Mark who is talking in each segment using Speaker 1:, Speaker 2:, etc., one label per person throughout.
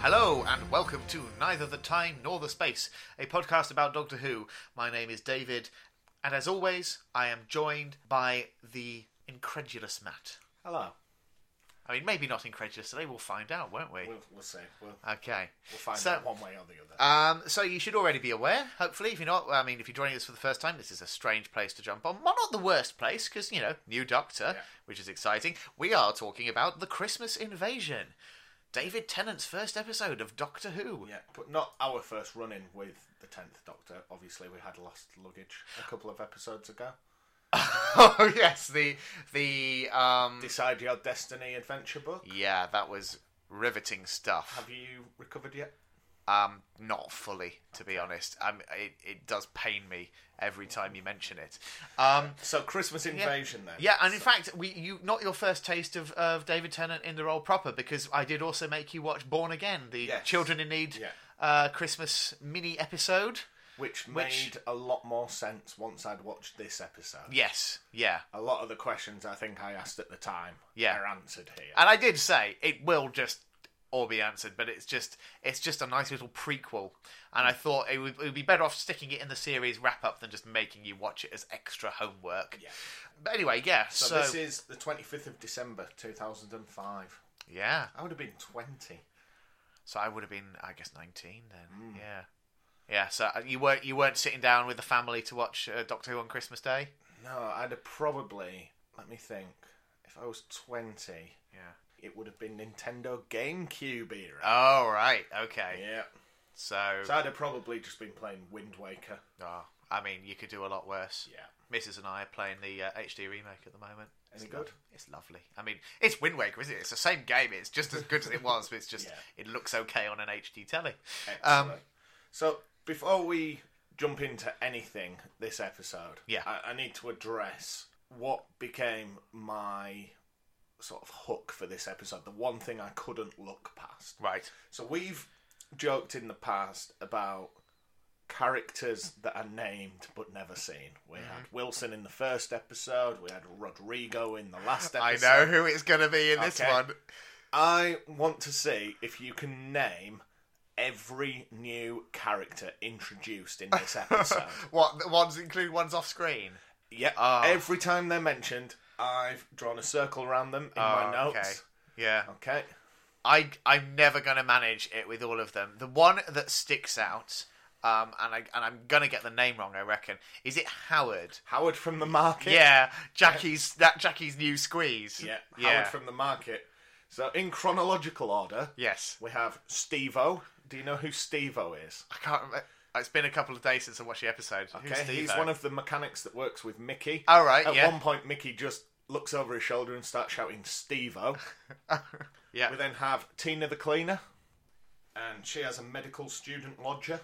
Speaker 1: Hello, and welcome to Neither the Time Nor the Space, a podcast about Doctor Who. My name is David, and as always, I am joined by the incredulous Matt.
Speaker 2: Hello.
Speaker 1: I mean, maybe not incredulous today, we'll find out, won't we?
Speaker 2: We'll, we'll see. We'll,
Speaker 1: Okay.
Speaker 2: Uh, we'll find
Speaker 1: So-
Speaker 2: out Uh, one way or the other.
Speaker 1: Um, so you should already be aware, hopefully. If you're not, I mean, if you're joining us for the first time, this is a strange place to jump on. Well, not the worst place, because, you know, new Doctor,
Speaker 2: Yeah.
Speaker 1: which is exciting. We are talking about The Christmas Invasion, David Tennant's first episode of Doctor Who.
Speaker 2: yeah, but not our first run in with the Tenth Doctor. Obviously, we had Lost Luggage a couple of episodes ago.
Speaker 1: oh, yes, the, the, um,
Speaker 2: Decide Your Destiny adventure book.
Speaker 1: yeah, that was riveting stuff.
Speaker 2: Have you recovered yet?
Speaker 1: Um, not fully, to be honest. Um, it, it does pain me every time you mention it. Um,
Speaker 2: So Christmas Invasion then.
Speaker 1: Yeah, and in fact, we you not your first taste of, of David Tennant in the role proper because I did also make you watch Born Again, the
Speaker 2: Yes.
Speaker 1: Children in Need
Speaker 2: Yeah.
Speaker 1: uh, Christmas mini episode.
Speaker 2: which made
Speaker 1: which-
Speaker 2: a lot more sense once I'd watched this episode.
Speaker 1: Yes, yeah,
Speaker 2: A lot of the questions I think I asked at the time
Speaker 1: Yeah.
Speaker 2: are answered here.
Speaker 1: and I did say it will just all be answered, but it's just it's just a nice little prequel, and I thought it would, it would be better off sticking it in the series wrap up than just making you watch it as extra homework.
Speaker 2: Yeah.
Speaker 1: But anyway, yeah. So,
Speaker 2: So, this is the 25th of December 2005.
Speaker 1: yeah,
Speaker 2: I would have been 20.
Speaker 1: So I would have been, I guess, nineteen
Speaker 2: Mm.
Speaker 1: then. Yeah, yeah. So uh, you weren't you weren't sitting down with the family to watch uh, Doctor Who on Christmas Day.
Speaker 2: No, I'd have probably, let me think, if I was 20,
Speaker 1: Yeah.
Speaker 2: it would have been Nintendo GameCube era.
Speaker 1: Oh right. Okay.
Speaker 2: Yeah.
Speaker 1: So,
Speaker 2: So I'd have probably just been playing Wind Waker.
Speaker 1: oh, I mean, you could do a lot worse.
Speaker 2: Yeah.
Speaker 1: Mrs. and I are playing the uh, HD remake at the moment.
Speaker 2: Any
Speaker 1: it's
Speaker 2: good?
Speaker 1: lov- it's lovely. I mean, it's Wind Waker, isn't it? It's the same game. It's just as good as it was, but it's just
Speaker 2: Yeah.
Speaker 1: it looks okay on an HD telly.
Speaker 2: Excellent. so before we jump into anything this episode,
Speaker 1: Yeah.
Speaker 2: I, I need to address what became my sort of hook for this episode, the one thing I couldn't look past.
Speaker 1: Right.
Speaker 2: So we've joked in the past about characters that are named but never seen. We had
Speaker 1: Mm-hmm.
Speaker 2: Wilson in the first episode. We had Rodrigo in the last
Speaker 1: I
Speaker 2: episode.
Speaker 1: know who it's going to be in this
Speaker 2: Okay.
Speaker 1: one.
Speaker 2: I want to see if you can name every new character introduced in this episode.
Speaker 1: What the ones include ones off screen?
Speaker 2: yeah.
Speaker 1: Ah.
Speaker 2: Every time they're mentioned, I've drawn a circle around them in my
Speaker 1: Oh,
Speaker 2: notes.
Speaker 1: Okay. Yeah.
Speaker 2: Okay.
Speaker 1: I I'm never gonna manage it with all of them. The one that sticks out, um, and I and I'm gonna get the name wrong. I reckon is it Howard?
Speaker 2: Howard from the market.
Speaker 1: Yeah, Jackie's that Jackie's new squeeze.
Speaker 2: Yeah.
Speaker 1: yeah.
Speaker 2: Howard from the market. So in chronological order,
Speaker 1: yes,
Speaker 2: We have Stevo. Do you know who Stevo is?
Speaker 1: I can't. remember. It's been a couple of days since I watched the episode. Who's
Speaker 2: Okay, he's
Speaker 1: Steve-O?
Speaker 2: one of the mechanics that works with Mickey.
Speaker 1: All right.
Speaker 2: At
Speaker 1: yeah.
Speaker 2: one point, Mickey just looks over his shoulder and starts shouting Stevo.
Speaker 1: yeah.
Speaker 2: we then have Tina the cleaner, and she has a medical student lodger,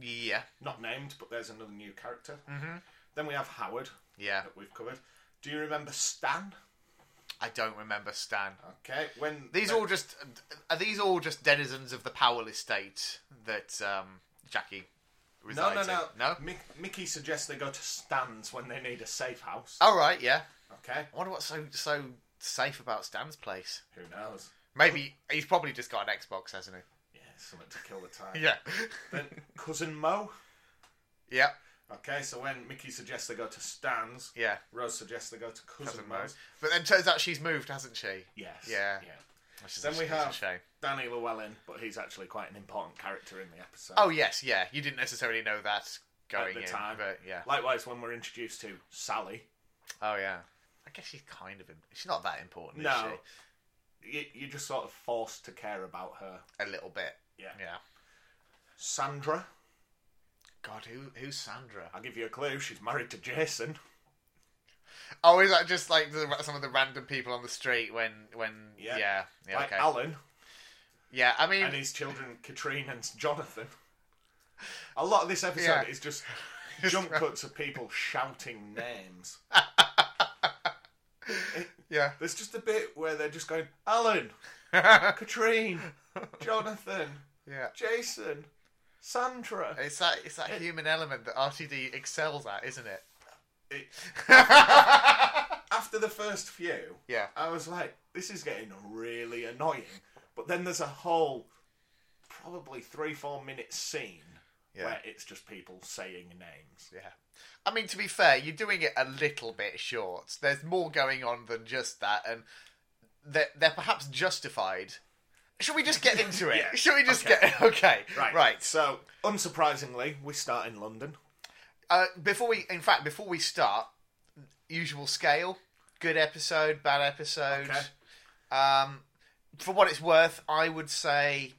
Speaker 1: yeah.
Speaker 2: not named, but there's another new character. Mm-hmm. Then we have Howard
Speaker 1: Yeah.
Speaker 2: that we've covered. Do you remember Stan?
Speaker 1: I don't remember Stan.
Speaker 2: Okay, when
Speaker 1: These all just are these all just denizens of the powerless state that um, Jackie
Speaker 2: no,
Speaker 1: resides
Speaker 2: no, no,
Speaker 1: in. No.
Speaker 2: Mick- Mickey suggests they go to Stan's when they need a safe house.
Speaker 1: All right. Yeah.
Speaker 2: Okay,
Speaker 1: I wonder what's so so safe about Stan's place.
Speaker 2: who knows?
Speaker 1: Maybe he's probably just got an Xbox, hasn't
Speaker 2: Yeah, something to kill the time.
Speaker 1: he? Yeah.
Speaker 2: Then cousin Mo.
Speaker 1: yeah.
Speaker 2: Okay, so when Mickey suggests they go to Stan's,
Speaker 1: Yeah.
Speaker 2: Rose suggests they go to cousin,
Speaker 1: Doesn't know.
Speaker 2: Mo's.
Speaker 1: But then turns out she's moved, hasn't she?
Speaker 2: Yes.
Speaker 1: Yeah.
Speaker 2: yeah.
Speaker 1: Which is
Speaker 2: Then
Speaker 1: a,
Speaker 2: we
Speaker 1: it's a
Speaker 2: have-
Speaker 1: shame.
Speaker 2: Danny Llewellyn, but he's actually quite an important character in the episode.
Speaker 1: Oh yes, yeah. You didn't necessarily know that
Speaker 2: at
Speaker 1: going
Speaker 2: the
Speaker 1: in,
Speaker 2: time.
Speaker 1: but yeah.
Speaker 2: Likewise, when we're introduced to Sally,
Speaker 1: Oh yeah. I guess she's kind of im- she's not that important, is
Speaker 2: No. you, you're just sort of forced to care about her.
Speaker 1: she? A little bit.
Speaker 2: Yeah.
Speaker 1: Yeah.
Speaker 2: Sandra,
Speaker 1: God, who who's Sandra?
Speaker 2: I'll give you a clue. She's married to Jason.
Speaker 1: Oh, is that just like the, some of the random people on the street when when
Speaker 2: Yeah.
Speaker 1: yeah yeah,
Speaker 2: like
Speaker 1: okay
Speaker 2: Alan
Speaker 1: yeah I mean
Speaker 2: and his children, Katrine and Jonathan. A lot of this episode
Speaker 1: Yeah.
Speaker 2: is just
Speaker 1: Just
Speaker 2: jump
Speaker 1: ra-
Speaker 2: cuts of people shouting names.
Speaker 1: yeah
Speaker 2: There's just a bit where they're just going, Alan,
Speaker 1: yeah
Speaker 2: Katrine, Jonathan, Jason, Sandra.
Speaker 1: It's that it's that human element that RTD excels at, isn't it?
Speaker 2: It- after the first few,
Speaker 1: yeah.
Speaker 2: I was like, this is getting really annoying. But then there's a whole probably three, four minute scene
Speaker 1: Yeah.
Speaker 2: where it's just people saying names.
Speaker 1: Yeah. I mean, to be fair, you're doing it a little bit short. There's more going on than just that, and they're, they're perhaps justified. Should we just get into it?
Speaker 2: Yeah.
Speaker 1: Should we just
Speaker 2: Okay.
Speaker 1: get. Okay.
Speaker 2: Right.
Speaker 1: Right.
Speaker 2: So, unsurprisingly, we start in London.
Speaker 1: Uh, before we, in fact, before we start, usual scale. Good episode, bad episode. Um, for what it's worth, I would say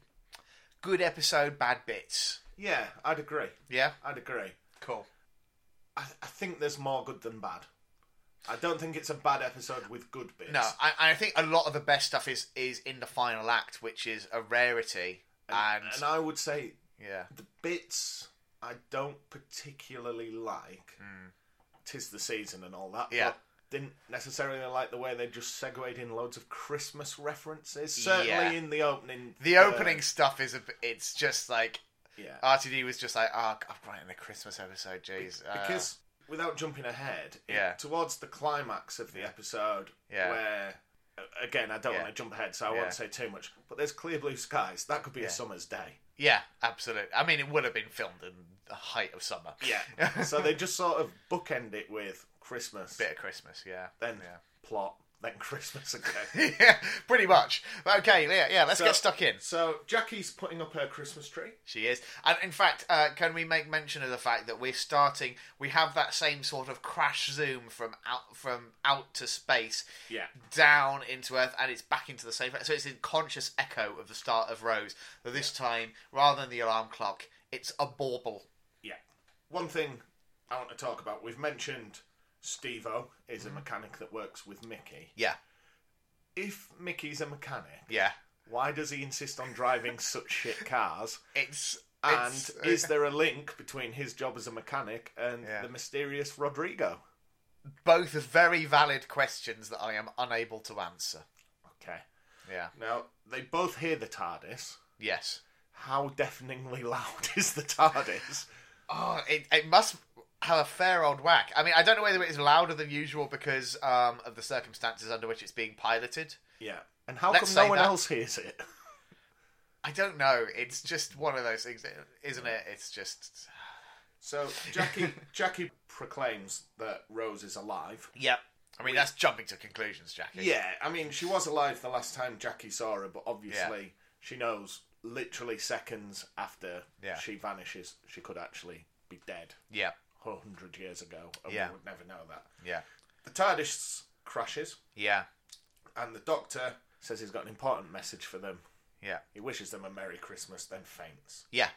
Speaker 1: good episode, bad bits.
Speaker 2: Yeah, I'd agree.
Speaker 1: Yeah.
Speaker 2: I'd agree.
Speaker 1: Cool.
Speaker 2: I, I think there's more good than bad. I don't think it's a bad episode with good bits.
Speaker 1: No, I, I think a lot of the best stuff is is in the final act, which is a rarity. And,
Speaker 2: And, and I would say
Speaker 1: yeah,
Speaker 2: the bits I don't particularly like. Tis the season and all that.
Speaker 1: Hmm. Yeah.
Speaker 2: But didn't necessarily like the way they just segued in loads of Christmas references. Certainly
Speaker 1: Yeah.
Speaker 2: in the opening.
Speaker 1: the
Speaker 2: uh,
Speaker 1: opening stuff is a. b- It's just like
Speaker 2: Yeah.
Speaker 1: RTD was just like, oh, I'm writing the Christmas episode, jeez. Uh,
Speaker 2: because without jumping ahead, it-
Speaker 1: Yeah.
Speaker 2: towards the climax of the episode,
Speaker 1: Yeah.
Speaker 2: where a- again I don't
Speaker 1: Yeah.
Speaker 2: want to jump ahead, so I
Speaker 1: Yeah.
Speaker 2: won't say too much. But there's clear blue skies. That could be a summer's day.
Speaker 1: yeah, absolutely. I mean, it would have been filmed in the height of summer.
Speaker 2: Yeah. so they just sort of bookend it with Christmas,
Speaker 1: bit of Christmas. Yeah,
Speaker 2: then
Speaker 1: yeah.
Speaker 2: plot, then Christmas again.
Speaker 1: yeah, pretty much. Okay, yeah, yeah. Let's
Speaker 2: So-
Speaker 1: get stuck in.
Speaker 2: so Jackie's putting up her Christmas tree.
Speaker 1: She is, and in fact, uh, can we make mention of the fact that we're starting? We have that same sort of crash zoom from out from out to space
Speaker 2: Yeah.
Speaker 1: down into Earth, and it's back into the same. So it's in conscious echo of the start of Rose. But this time, rather than the alarm clock, it's a bauble.
Speaker 2: Yeah. One thing I want to talk about. We've mentioned Steve-O is a mechanic that works with Mickey.
Speaker 1: Yeah,
Speaker 2: If Mickey's a mechanic,
Speaker 1: yeah.
Speaker 2: Why does he insist on driving such shit cars?
Speaker 1: It's
Speaker 2: And
Speaker 1: it's-
Speaker 2: is there a link between his job as a mechanic and
Speaker 1: Yeah.
Speaker 2: the mysterious Rodrigo?
Speaker 1: both very valid questions that I am unable to answer.
Speaker 2: Okay.
Speaker 1: Yeah.
Speaker 2: Now, they both hear the TARDIS.
Speaker 1: Yes.
Speaker 2: How deafeningly loud is the TARDIS?
Speaker 1: Oh, it, it must have a fair old whack. I mean, I don't know whether it's louder than usual because um, of the circumstances under which it's being piloted.
Speaker 2: yeah. And how
Speaker 1: Let's
Speaker 2: come
Speaker 1: say
Speaker 2: no one
Speaker 1: that-
Speaker 2: else hears it?
Speaker 1: I don't know. It's just one of those things, isn't it? It's just.
Speaker 2: So Jackie Jackie proclaims that Rose is alive.
Speaker 1: Yep. I mean, that's jumping to conclusions, Jackie.
Speaker 2: Yeah, I mean she was alive the last time Jackie saw her, but obviously she knows literally seconds after
Speaker 1: Yeah.
Speaker 2: she vanishes, she could actually be dead.
Speaker 1: Yeah.
Speaker 2: 100 years ago, and
Speaker 1: Yeah.
Speaker 2: we would never know that.
Speaker 1: Yeah.
Speaker 2: The TARDIS crashes,
Speaker 1: Yeah.
Speaker 2: and the Doctor says he's got an important message for them.
Speaker 1: Yeah.
Speaker 2: He wishes them a Merry Christmas, then faints.
Speaker 1: Yeah.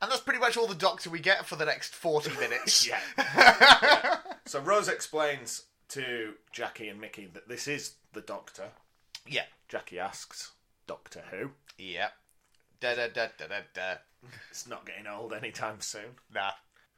Speaker 1: And that's pretty much all the doctor we get for the next 40 minutes.
Speaker 2: Yeah. so Rose explains to Jackie and Mickey that this is the Doctor.
Speaker 1: Yeah.
Speaker 2: Jackie asks, Doctor Who?
Speaker 1: Yeah. Da da da da da da.
Speaker 2: It's not getting old anytime soon.
Speaker 1: Nah.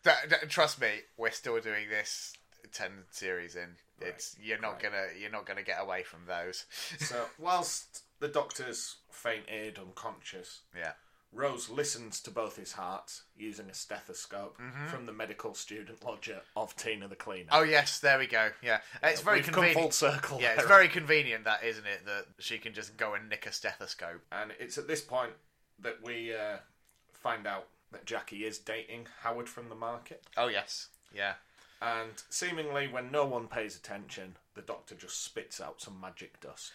Speaker 1: Da- da- trust me, we're still doing this ten series in. It's you're not gonna you're not gonna get away from those.
Speaker 2: So, whilst the Doctor's fainted, unconscious,
Speaker 1: yeah.
Speaker 2: Rose listens to both his hearts using a stethoscope from the medical student lodger of Tina the Cleaner.
Speaker 1: Mm-hmm. Oh yes, there we go. Yeah, it's very
Speaker 2: We've
Speaker 1: convenient.
Speaker 2: come full circle.
Speaker 1: yeah, it's
Speaker 2: there.
Speaker 1: very convenient that, isn't it? That she can just go and nick a stethoscope.
Speaker 2: And it's at this point that we uh, find out that Jackie is dating Howard from the market.
Speaker 1: Oh yes. Yeah.
Speaker 2: And seemingly, when no one pays attention, the doctor just spits out some magic dust.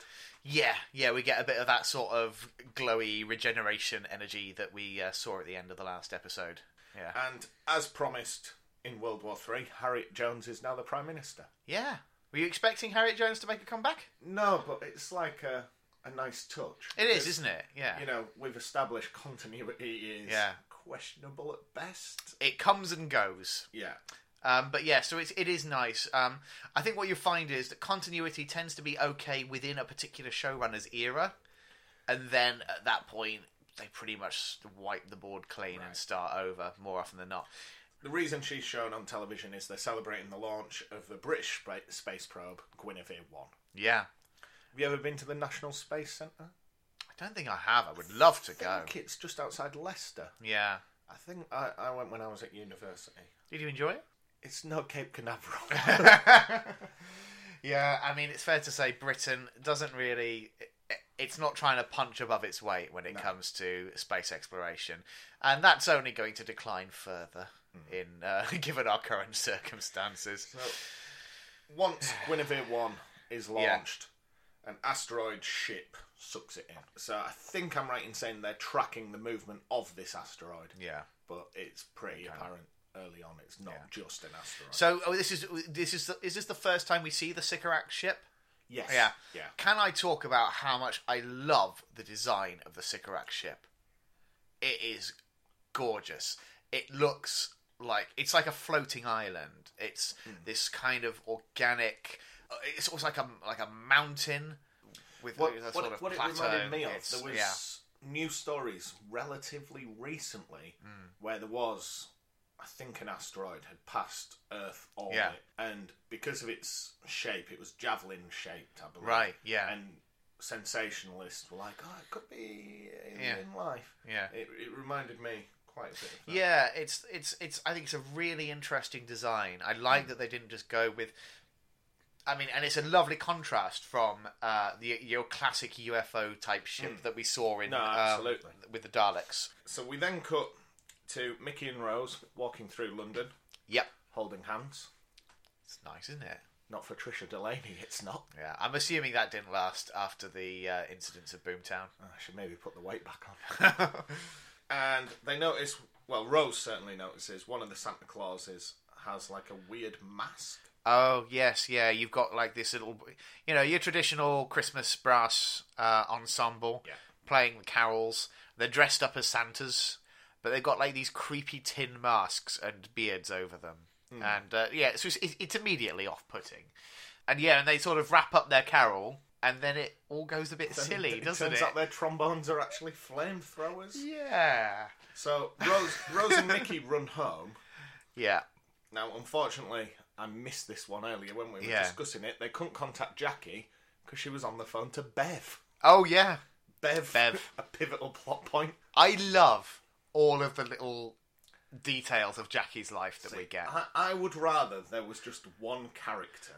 Speaker 1: Yeah, yeah, we get a bit of that sort of glowy regeneration energy that we uh, saw at the end of the last episode. Yeah.
Speaker 2: And as promised in World War Three, Harriet Jones is now the Prime Minister.
Speaker 1: Yeah. Were you expecting Harriet Jones to make a comeback?
Speaker 2: No, but it's like a, a nice touch.
Speaker 1: It is,
Speaker 2: Because,
Speaker 1: isn't it? Yeah.
Speaker 2: You know, we've established continuity is
Speaker 1: Yeah.
Speaker 2: questionable at best.
Speaker 1: It comes and goes.
Speaker 2: Yeah.
Speaker 1: Um, but yeah, so it's it is nice. Um, I think what you find is that continuity tends to be okay within a particular showrunner's era, and then at that point they pretty much wipe the board clean and start over more often than not.
Speaker 2: The reason she's shown on television is they're celebrating the launch of the British spa- space probe Guinevere 1.
Speaker 1: Yeah,
Speaker 2: Have you ever been to the National Space Centre?
Speaker 1: I don't think I have. I would love to
Speaker 2: I
Speaker 1: go.
Speaker 2: think it's just outside Leicester.
Speaker 1: Yeah,
Speaker 2: I think I, I went when I was at university.
Speaker 1: did you enjoy it?
Speaker 2: It's no Cape Canaveral.
Speaker 1: yeah, I mean it's fair to say Britain doesn't really. it's not trying to punch above its weight when it comes to space exploration, and that's only going to decline further in uh, given our current circumstances.
Speaker 2: So, once Guinevere 1 is launched, an asteroid ship sucks it in. So I think I'm right in saying they're tracking the movement of this asteroid,
Speaker 1: Yeah.
Speaker 2: but it's pretty apparent early on it's not just an asteroid.
Speaker 1: So oh, this is this is the, is this the first time we see the Sycorax ship?
Speaker 2: yes.
Speaker 1: Yeah.
Speaker 2: Yeah.
Speaker 1: Can I talk about how much I love the design of the Sycorax ship? It is gorgeous. It looks like it's like a floating island. It's
Speaker 2: Hmm.
Speaker 1: this kind of organic. uh, It's almost like a like a mountain with
Speaker 2: What,
Speaker 1: a
Speaker 2: what,
Speaker 1: sort of
Speaker 2: what it
Speaker 1: plateau.
Speaker 2: reminded me of,
Speaker 1: It's-
Speaker 2: there was
Speaker 1: yeah. Hmm.
Speaker 2: news stories relatively recently where there was, I think, an asteroid had passed Earth orbit,
Speaker 1: Yeah.
Speaker 2: and because of its shape, it was javelin shaped, I believe.
Speaker 1: right. Yeah.
Speaker 2: And sensationalists were like, "Oh, it could be alien
Speaker 1: Yeah.
Speaker 2: life."
Speaker 1: yeah.
Speaker 2: It, it reminded me quite a bit. Of that.
Speaker 1: Yeah, it's it's it's. I think it's a really interesting design. I
Speaker 2: Hmm.
Speaker 1: like that they didn't just go with. I mean, and it's a lovely contrast from uh, the your classic UFO type ship that we saw in
Speaker 2: Hmm. No,
Speaker 1: um,
Speaker 2: absolutely.
Speaker 1: with the Daleks.
Speaker 2: So we then cut to Mickey and Rose walking through London,
Speaker 1: Yep,
Speaker 2: holding hands.
Speaker 1: it's nice, isn't it?
Speaker 2: Not for Trisha Delaney, it's not.
Speaker 1: Yeah, I'm assuming that didn't last after the uh, incidents of Boomtown.
Speaker 2: I should maybe put the weight back on. and they notice, well, Rose certainly notices one of the Santa Clauses has like a weird mask.
Speaker 1: oh yes, yeah, you've got like this little, you know, your traditional Christmas brass uh, ensemble.
Speaker 2: Yeah.
Speaker 1: playing the carols. They're dressed up as Santas, but they've got like these creepy tin masks and beards over them.
Speaker 2: Hmm.
Speaker 1: And uh, yeah, so it's, it's- it's immediately off-putting. And yeah, and they sort of wrap up their carol, and then it all goes a bit silly,
Speaker 2: it
Speaker 1: doesn't
Speaker 2: turns
Speaker 1: it?
Speaker 2: out their trombones are actually flamethrowers.
Speaker 1: Yeah,
Speaker 2: So Rose, Rose and Mickey run home.
Speaker 1: yeah,
Speaker 2: Now, unfortunately, I missed this one earlier when we were
Speaker 1: Yeah.
Speaker 2: discussing it. They couldn't contact Jackie because she was on the phone to Bev.
Speaker 1: oh yeah.
Speaker 2: Bev,
Speaker 1: Bev.
Speaker 2: a pivotal plot point.
Speaker 1: I love all of the little details of Jackie's life that we get.
Speaker 2: I, I would rather there was just one character.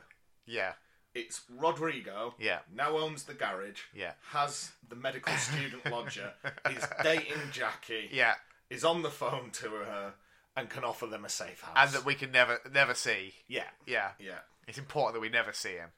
Speaker 1: Yeah,
Speaker 2: It's Rodrigo.
Speaker 1: Yeah.
Speaker 2: Now owns the garage.
Speaker 1: Yeah.
Speaker 2: Has the medical student lodger. is dating Jackie.
Speaker 1: yeah,
Speaker 2: Is on the phone to her and can offer them a safe house.
Speaker 1: and that we can never, never see.
Speaker 2: yeah.
Speaker 1: Yeah,
Speaker 2: Yeah.
Speaker 1: It's important that we never see him.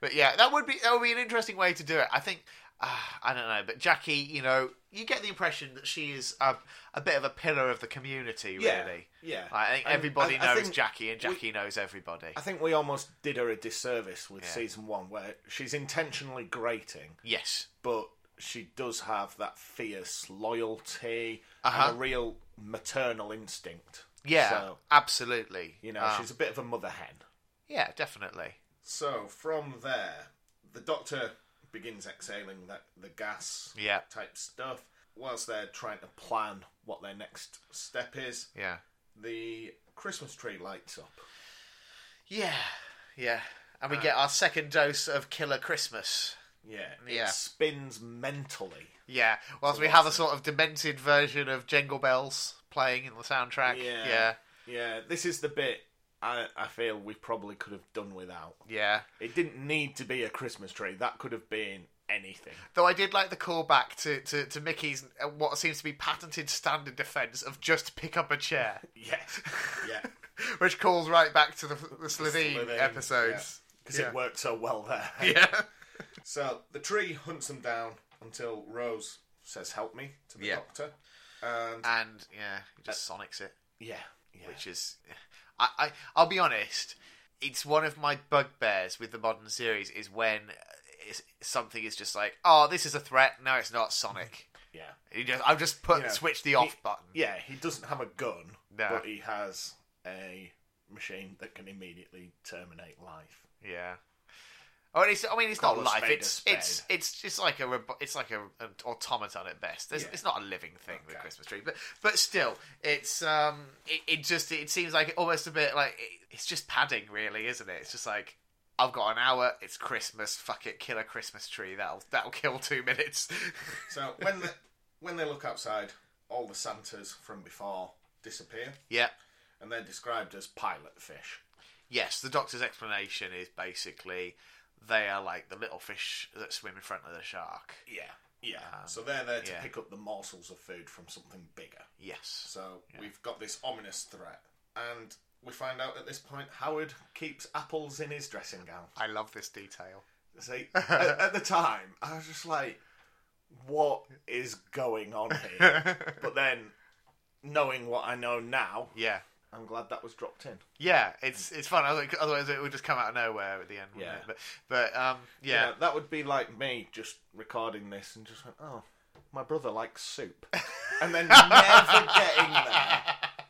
Speaker 1: But yeah, that would be that would be an interesting way to do it. I think uh, I don't know, but Jackie, you know, you get the impression that she is a, a bit of a pillar of the community, really.
Speaker 2: Yeah. Yeah.
Speaker 1: I think
Speaker 2: And
Speaker 1: everybody
Speaker 2: I- I
Speaker 1: knows
Speaker 2: think
Speaker 1: Jackie, and
Speaker 2: we-
Speaker 1: Jackie knows everybody.
Speaker 2: I think we almost did her a disservice with
Speaker 1: Yeah.
Speaker 2: season one, where she's intentionally grating,
Speaker 1: yes,
Speaker 2: but she does have that fierce loyalty
Speaker 1: Uh-huh.
Speaker 2: and a real maternal instinct.
Speaker 1: yeah,
Speaker 2: So,
Speaker 1: absolutely.
Speaker 2: you know,
Speaker 1: Um,
Speaker 2: she's a bit of a mother hen.
Speaker 1: yeah, definitely.
Speaker 2: So from there, the doctor begins exhaling that the gas
Speaker 1: Yeah,
Speaker 2: type stuff whilst they're trying to plan what their next step is.
Speaker 1: yeah,
Speaker 2: The Christmas tree lights up.
Speaker 1: yeah, yeah. And
Speaker 2: Uh,
Speaker 1: we get our second dose of Killer Christmas.
Speaker 2: Yeah,
Speaker 1: Yeah.
Speaker 2: it spins mentally.
Speaker 1: Yeah, whilst we have a sort of demented version of Jingle Bells playing in the soundtrack.
Speaker 2: Yeah.
Speaker 1: yeah,
Speaker 2: Yeah, this is the bit I, I feel we probably could have done without.
Speaker 1: yeah.
Speaker 2: It didn't need to be a Christmas tree. That could have been anything.
Speaker 1: Though I did like the callback to, to, to Mickey's uh, what seems to be patented standard defence of just pick up a chair,
Speaker 2: Yes. Yeah.
Speaker 1: which calls right back to the, the Slovene
Speaker 2: Slovene,
Speaker 1: episodes.
Speaker 2: Because
Speaker 1: Yeah.
Speaker 2: it worked so well there.
Speaker 1: Yeah.
Speaker 2: So the tree hunts them down until Rose says, "Help me" to the
Speaker 1: Yeah.
Speaker 2: doctor, and
Speaker 1: And yeah, he just sonics it,
Speaker 2: yeah, Uh, yeah,
Speaker 1: which is, I, I I'll be honest, it's one of my bugbears with the modern series is when uh, it's, something is just like, oh, this is a threat. No, it's not Sonic.
Speaker 2: yeah,
Speaker 1: You just, I've just put
Speaker 2: Yeah.
Speaker 1: switch the off button.
Speaker 2: yeah. He doesn't have a gun,
Speaker 1: No.
Speaker 2: but he has a machine that can immediately terminate life.
Speaker 1: Yeah. Or it's, I mean, it's
Speaker 2: Call
Speaker 1: not
Speaker 2: a
Speaker 1: life.
Speaker 2: spade a
Speaker 1: It's
Speaker 2: spade.
Speaker 1: it's it's just like a robo- it's like a, an automaton at best. There's,
Speaker 2: Yeah.
Speaker 1: It's not a living thing, the
Speaker 2: Okay.
Speaker 1: Christmas tree. But but still, it's um, it, it just it seems like almost a bit like it, it's just padding, really, isn't it? It's just like I've got an hour. It's Christmas. Fuck it, kill a Christmas tree. That'll that'll kill two minutes.
Speaker 2: So when the, when they look outside, all the Santas from before disappear,
Speaker 1: yeah.
Speaker 2: and they're described as pilot fish.
Speaker 1: Yes, the doctor's explanation is basically they are like the little fish that swim in front of the shark.
Speaker 2: Yeah, yeah.
Speaker 1: Um,
Speaker 2: so they're there to
Speaker 1: yeah.
Speaker 2: pick up the morsels of food from something bigger.
Speaker 1: Yes.
Speaker 2: So
Speaker 1: Yeah.
Speaker 2: we've got this ominous threat, and we find out at this point Howard keeps apples in his dressing gown.
Speaker 1: I love this detail.
Speaker 2: See, at, at the time, I was just like, "What is going on here?" but then, knowing what I know now,
Speaker 1: yeah.
Speaker 2: I'm glad that was dropped in.
Speaker 1: Yeah, it's it's fun. I was like- Otherwise, it would just come out of nowhere at the end. wouldn't
Speaker 2: Yeah.
Speaker 1: it? but but um, yeah,
Speaker 2: You know, that would be like me just recording this and just went, "Oh, my brother likes soup," and then never getting there,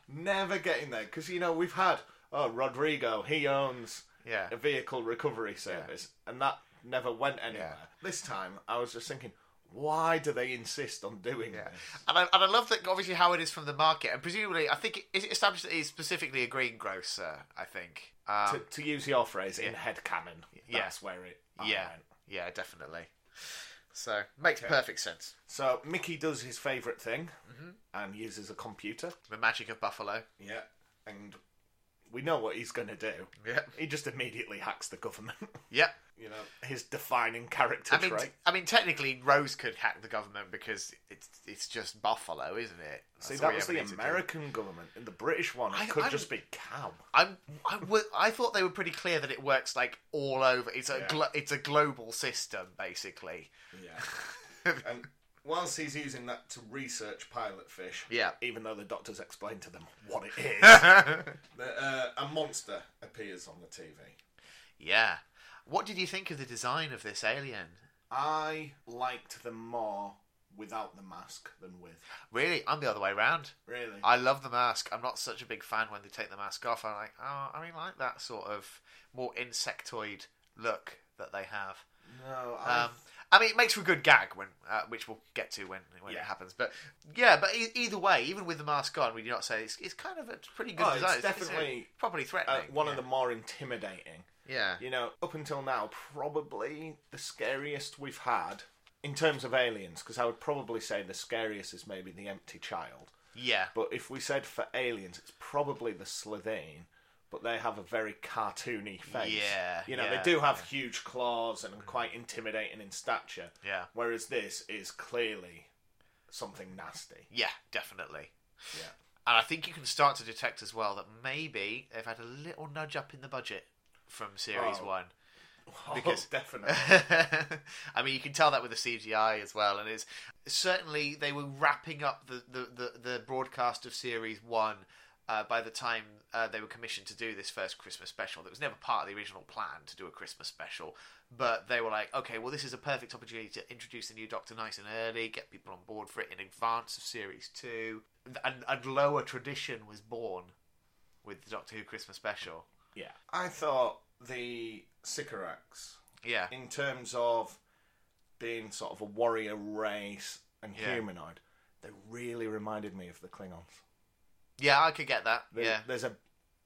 Speaker 2: never getting there, because you know we've had oh Rodrigo, he owns
Speaker 1: yeah,
Speaker 2: a vehicle recovery service, and that never went anywhere. This time, I was just thinking, why do they insist on doing
Speaker 1: yeah.
Speaker 2: this?
Speaker 1: And I, and I love that obviously how it is from the market, and presumably I think it, it established that he's specifically a greengrocer. I think. Um,
Speaker 2: to, to use your phrase, in
Speaker 1: Yeah.
Speaker 2: head cannon.
Speaker 1: Yeah.
Speaker 2: That's where it. I
Speaker 1: yeah,
Speaker 2: went.
Speaker 1: yeah, definitely. So makes perfect sense.
Speaker 2: So Mickey does his favourite thing
Speaker 1: Mm-hmm.
Speaker 2: and uses a computer.
Speaker 1: The magic of Buffalo.
Speaker 2: Yeah. And we know what he's going to do.
Speaker 1: Yep.
Speaker 2: He just immediately hacks the government.
Speaker 1: Yep.
Speaker 2: you know, his defining character
Speaker 1: I mean,
Speaker 2: trait.
Speaker 1: I mean, technically, Rose could hack the government because it's it's just Buffalo, isn't it? That's
Speaker 2: See,
Speaker 1: all
Speaker 2: that
Speaker 1: we
Speaker 2: was
Speaker 1: ever
Speaker 2: the
Speaker 1: need to do.
Speaker 2: American government. In the British one, it
Speaker 1: I-
Speaker 2: could
Speaker 1: I-
Speaker 2: just be cow.
Speaker 1: I'm, I, w- I thought they were pretty clear that it works like all over. It's a
Speaker 2: Yeah.
Speaker 1: glo- it's a global system basically.
Speaker 2: Yeah. and whilst he's using that to research pilot fish,
Speaker 1: Yeah.
Speaker 2: even though the doctors explain to them what it is, the, uh, a monster appears on the TV.
Speaker 1: yeah. What did you think of the design of this alien?
Speaker 2: I liked them more without the mask than with.
Speaker 1: Really, I'm the other way round.
Speaker 2: Really?
Speaker 1: I love the mask. I'm not such a big fan when they take the mask off. I'm like, oh, I mean, like that sort of more insectoid look that they have.
Speaker 2: no, I,
Speaker 1: Um, I mean, it makes for a good gag when, uh, which we'll get to when, when it
Speaker 2: Yeah.
Speaker 1: happens. But yeah, but e- either way, even with the mask on, we do not say it's, it's kind of a pretty good
Speaker 2: Oh, it's
Speaker 1: design.
Speaker 2: definitely,
Speaker 1: properly
Speaker 2: uh,
Speaker 1: threatening.
Speaker 2: one
Speaker 1: yeah.
Speaker 2: of the more intimidating.
Speaker 1: yeah,
Speaker 2: You know, up until now, probably the scariest we've had in terms of aliens, because I would probably say the scariest is maybe the empty child.
Speaker 1: yeah,
Speaker 2: But if we said for aliens, it's probably the Slitheen, but they have a very cartoony face.
Speaker 1: Yeah,
Speaker 2: You know,
Speaker 1: yeah,
Speaker 2: they do have huge claws and are quite intimidating in stature.
Speaker 1: Yeah.
Speaker 2: Whereas this is clearly something nasty.
Speaker 1: yeah, definitely.
Speaker 2: Yeah.
Speaker 1: And I think you can start to detect as well that maybe they've had a little nudge up in the budget from series
Speaker 2: Oh.
Speaker 1: one. Because-
Speaker 2: Because Oh, definitely.
Speaker 1: I mean, you can tell that with the CGI as well, and it's certainly they were wrapping up the the, the, the broadcast of series one. Uh, by the time uh, they were commissioned to do this first Christmas special, that was never part of the original plan to do a Christmas special, but they were like, okay, well, this is a perfect opportunity to introduce the new Doctor nice and early, get people on board for it in advance of series two, and, and lower tradition was born with the Doctor Who Christmas special.
Speaker 2: yeah. I thought the Sycorax,
Speaker 1: Yeah,
Speaker 2: in terms of being sort of a warrior race and
Speaker 1: Yeah.
Speaker 2: humanoid, they really reminded me of the Klingons.
Speaker 1: yeah, I could get that.
Speaker 2: There,
Speaker 1: yeah,
Speaker 2: There's a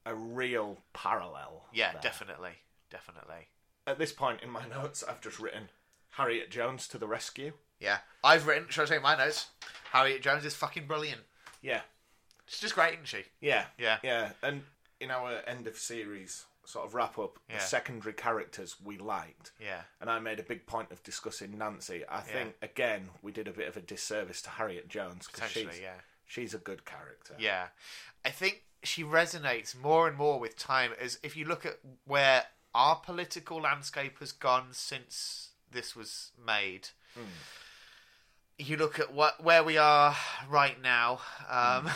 Speaker 2: a real parallel.
Speaker 1: yeah,
Speaker 2: there.
Speaker 1: definitely, definitely.
Speaker 2: At this point in my notes, I've just written Harriet Jones to the rescue.
Speaker 1: Yeah, I've written. Shall I say my notes? Harriet Jones is fucking brilliant.
Speaker 2: Yeah,
Speaker 1: She's just great, isn't she?
Speaker 2: yeah,
Speaker 1: Yeah.
Speaker 2: yeah. And in our end of series sort of wrap up,
Speaker 1: Yeah.
Speaker 2: the secondary characters we liked,
Speaker 1: Yeah,
Speaker 2: and I made a big point of discussing Nancy. I think again we did a bit of a disservice to Harriet Jones because she's
Speaker 1: potentially. Yeah,
Speaker 2: she's a good character.
Speaker 1: yeah. I think she resonates more and more with time as if you look at where our political landscape has gone since this was made. You look at what where we are right now. Um,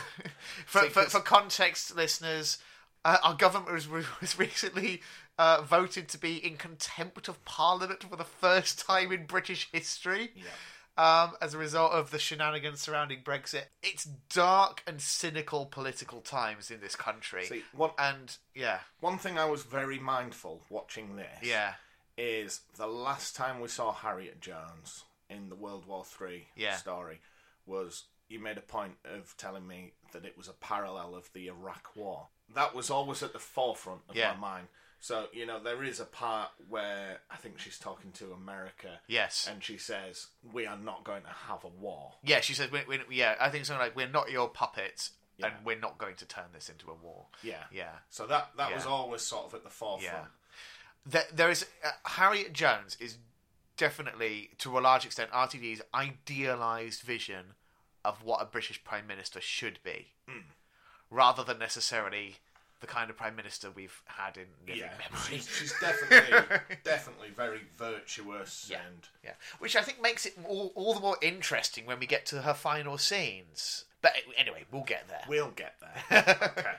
Speaker 1: for,
Speaker 2: See,
Speaker 1: for,
Speaker 2: 'cause-
Speaker 1: for context, listeners, uh, our government was, was recently uh, voted to be in contempt of Parliament for the first time in British history
Speaker 2: Yeah.
Speaker 1: um, as a result of the shenanigans surrounding Brexit. It's dark and cynical political times in this country.
Speaker 2: See, one
Speaker 1: and yeah,
Speaker 2: one thing I was very mindful watching this.
Speaker 1: yeah,
Speaker 2: is the last time we saw Harriet Jones in the World War Three
Speaker 1: Yeah.
Speaker 2: story was you made a point of telling me that it was a parallel of the Iraq War. That was always at the forefront of
Speaker 1: Yeah.
Speaker 2: my mind. So you know there is a part where I think she's talking to America
Speaker 1: yes.
Speaker 2: and she says we are not going to have a war.
Speaker 1: yeah, she says, we're, we're, yeah, I think something like, we're not your puppets and
Speaker 2: Yeah.
Speaker 1: we're not going to turn this into a war.
Speaker 2: Yeah.
Speaker 1: Yeah.
Speaker 2: So that that was
Speaker 1: Yeah.
Speaker 2: always sort of at the forefront.
Speaker 1: Yeah. there, there is uh, Harriet Jones is definitely to a large extent RTD's idealized vision of what a British prime minister should be,
Speaker 2: Hmm.
Speaker 1: rather than necessarily the kind of prime minister we've had in living memory.
Speaker 2: she's, she's definitely definitely very virtuous
Speaker 1: Yeah.
Speaker 2: and
Speaker 1: Yeah, which I think makes it all, all the more interesting when we get to her final scenes. But anyway, we'll get there.
Speaker 2: we'll get there. okay.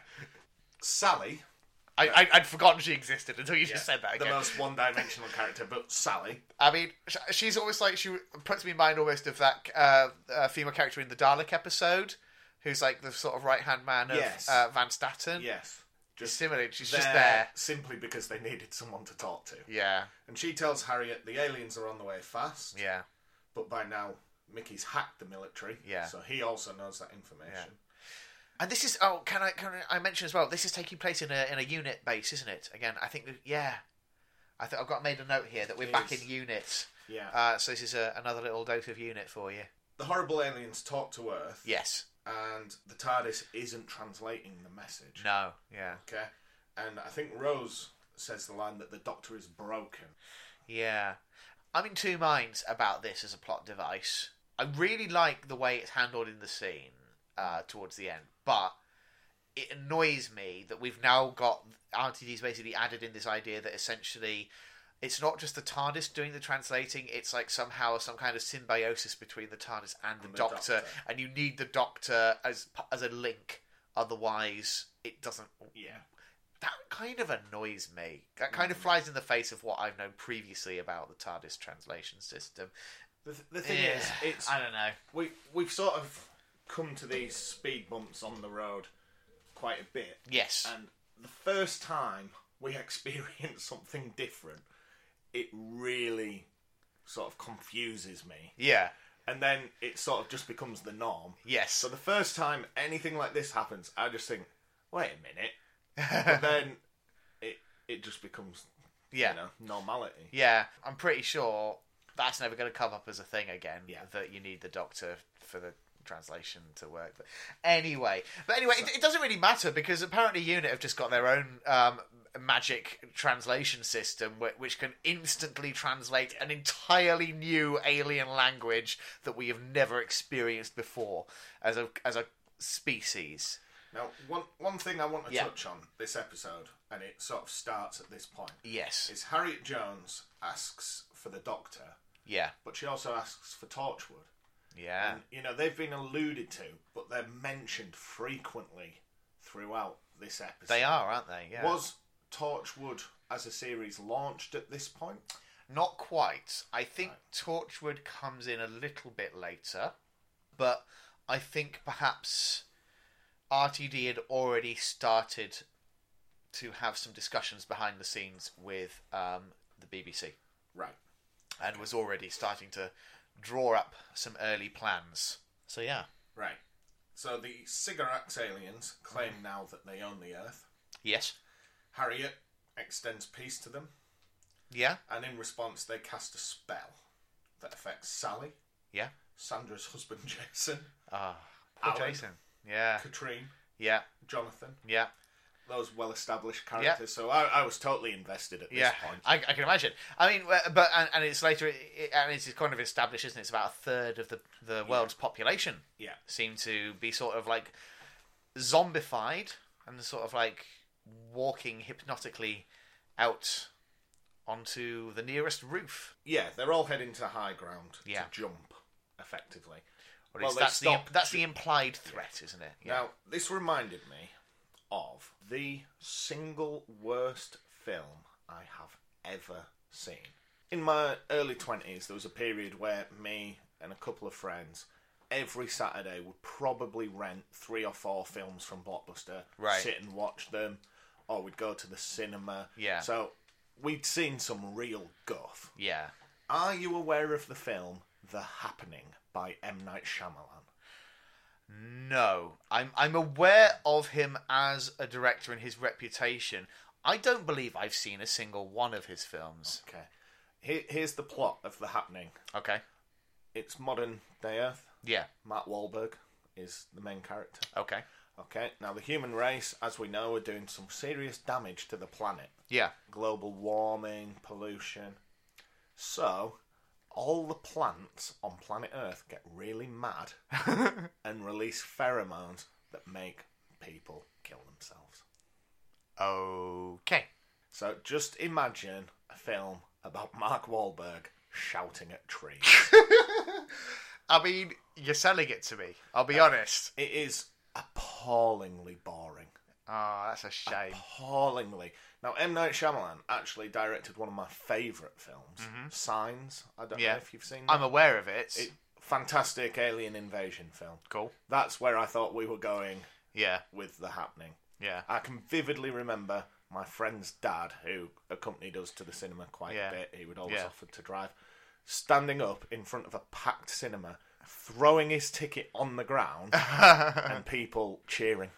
Speaker 2: Sally,
Speaker 1: I, I, I'd forgotten she existed until you just said that
Speaker 2: the
Speaker 1: again.
Speaker 2: most one-dimensional character, but Sally.
Speaker 1: I mean, sh- she's always like she puts me in mind almost of that uh, uh, female character in the Dalek episode, who's like the sort of right hand man of
Speaker 2: Yes.
Speaker 1: uh, Van Staten.
Speaker 2: Yes, just
Speaker 1: Similarly, she's
Speaker 2: there
Speaker 1: just there.
Speaker 2: simply because they needed someone to talk to.
Speaker 1: Yeah,
Speaker 2: And she tells Harriet the aliens are on the way fast,
Speaker 1: yeah.
Speaker 2: but by now Mickey's hacked the military.
Speaker 1: Yeah.
Speaker 2: so he also knows that information.
Speaker 1: And this is oh, can I can I mention as well? This is taking place in a in a unit base, isn't it? Again, I think yeah, I think I've got made a note here that we're
Speaker 2: It
Speaker 1: back
Speaker 2: is.
Speaker 1: in units.
Speaker 2: Yeah.
Speaker 1: Uh, so this is a, another little dose of unit for you.
Speaker 2: The horrible aliens talk to Earth,
Speaker 1: Yes.
Speaker 2: and the TARDIS isn't translating the message.
Speaker 1: No. Yeah.
Speaker 2: Okay, and I think Rose says the line that the Doctor is broken.
Speaker 1: Yeah. I'm in two minds about this as a plot device. I really like the way it's handled in the scene uh, towards the end, but it annoys me that we've now got RTD's basically added in this idea that essentially it's not just the TARDIS doing the translating, it's like somehow some kind of symbiosis between the TARDIS and the,
Speaker 2: And the
Speaker 1: doctor,
Speaker 2: Doctor.
Speaker 1: and you need the Doctor as as a link, otherwise it doesn't
Speaker 2: Yeah,
Speaker 1: that kind of annoys me. That kind of
Speaker 2: Mm.
Speaker 1: flies in the face of what I've known previously about the TARDIS translation system.
Speaker 2: the, th- the thing is, it's
Speaker 1: I don't know.
Speaker 2: we we've sort of come to these speed bumps on the road quite a bit,
Speaker 1: Yes.
Speaker 2: and the first time we experience something different, it really sort of confuses me,
Speaker 1: yeah.
Speaker 2: and then it sort of just becomes the norm.
Speaker 1: Yes.
Speaker 2: So the first time anything like this happens, I just think, wait a minute. But then it it just becomes
Speaker 1: yeah.
Speaker 2: you know, normality.
Speaker 1: Yeah. I'm pretty sure that's never going to come up as a thing again.
Speaker 2: Yeah.
Speaker 1: That you need the Doctor for the translation to work. But anyway, but anyway, it, it doesn't really matter because apparently Unit have just got their own. Um, Magic translation system whi- which can instantly translate an entirely new alien language that we have never experienced before as a as a species.
Speaker 2: Now one one thing I want to
Speaker 1: Yeah.
Speaker 2: touch on this episode, and it sort of starts at this point,
Speaker 1: Yes.
Speaker 2: is Harriet Jones asks for the doctor,
Speaker 1: Yeah.
Speaker 2: but she also asks for Torchwood.
Speaker 1: Yeah.
Speaker 2: And, you know, they've been alluded to, but they're mentioned frequently throughout this episode.
Speaker 1: They are, aren't they? Yeah.
Speaker 2: Was Torchwood as a series launched at this point?
Speaker 1: Not quite. I think Torchwood comes in a little bit later, but I think perhaps RTD had already started to have some discussions behind the scenes with um, the BBC
Speaker 2: Right.
Speaker 1: and was already starting to draw up some early plans. So yeah.
Speaker 2: Right. So the Sigarax aliens claim now that they own the Earth.
Speaker 1: Yes.
Speaker 2: Harriet extends peace to them,
Speaker 1: Yeah.
Speaker 2: and in response, they cast a spell that affects Sally,
Speaker 1: Yeah.
Speaker 2: Sandra's husband Jason,
Speaker 1: Ah, poor
Speaker 2: Alan.
Speaker 1: Jason. Yeah.
Speaker 2: Katrine,
Speaker 1: Yeah.
Speaker 2: Jonathan,
Speaker 1: Yeah.
Speaker 2: those well established characters. So I, I was totally invested at this
Speaker 1: Yeah,
Speaker 2: point.
Speaker 1: I, I can imagine. I mean, uh, but and, and it's later, it, and it's kind of established, isn't it? It's about a third of the the world's population
Speaker 2: Yeah.
Speaker 1: seem to be sort of like zombified and sort of like walking hypnotically out onto the nearest roof.
Speaker 2: Yeah, they're all heading to high ground
Speaker 1: Yeah.
Speaker 2: to jump, effectively.
Speaker 1: Or at
Speaker 2: Well,
Speaker 1: least
Speaker 2: they
Speaker 1: that's the
Speaker 2: stop
Speaker 1: that's the implied threat, isn't it? Yeah.
Speaker 2: Now, this reminded me of the single worst film I have ever seen. In my early 20s, there was a period where me and a couple of friends every Saturday would probably rent three or four films from Blockbuster,
Speaker 1: Right.
Speaker 2: sit and watch them, or we'd go to the cinema.
Speaker 1: Yeah.
Speaker 2: So we'd seen some real guff.
Speaker 1: yeah.
Speaker 2: Are you aware of the film The Happening by M. Night Shyamalan?
Speaker 1: No, I'm I'm aware of him as a director and his reputation. I don't believe I've seen a single one of his films.
Speaker 2: Okay. Here, here's the plot of The Happening.
Speaker 1: Okay.
Speaker 2: It's modern day Earth.
Speaker 1: Yeah.
Speaker 2: Matt Wahlberg is the main character.
Speaker 1: Okay.
Speaker 2: Okay, now the human race, as we know, are doing some serious damage to the planet.
Speaker 1: Yeah.
Speaker 2: Global warming, pollution. So, all the plants on planet Earth get really mad and release pheromones that make people kill themselves.
Speaker 1: Okay.
Speaker 2: So, just imagine a film about Mark Wahlberg shouting at trees.
Speaker 1: I mean, you're selling it to me. I'll be honest.
Speaker 2: it is appallingly boring.
Speaker 1: Oh, that's a shame.
Speaker 2: appallingly. Now, M. Night Shyamalan actually directed one of my favourite films, Signs. I don't
Speaker 1: Mm-hmm. Yeah.
Speaker 2: know if you've seen that.
Speaker 1: I'm aware of it.
Speaker 2: It- fantastic alien invasion film.
Speaker 1: Cool.
Speaker 2: That's where I thought we were going
Speaker 1: Yeah.
Speaker 2: with the happening.
Speaker 1: Yeah.
Speaker 2: I can vividly remember my friend's dad, who accompanied us to the cinema quite
Speaker 1: Yeah.
Speaker 2: a bit, he would always
Speaker 1: Yeah.
Speaker 2: offer to drive, standing up in front of a packed cinema, throwing his ticket on the ground, and people cheering.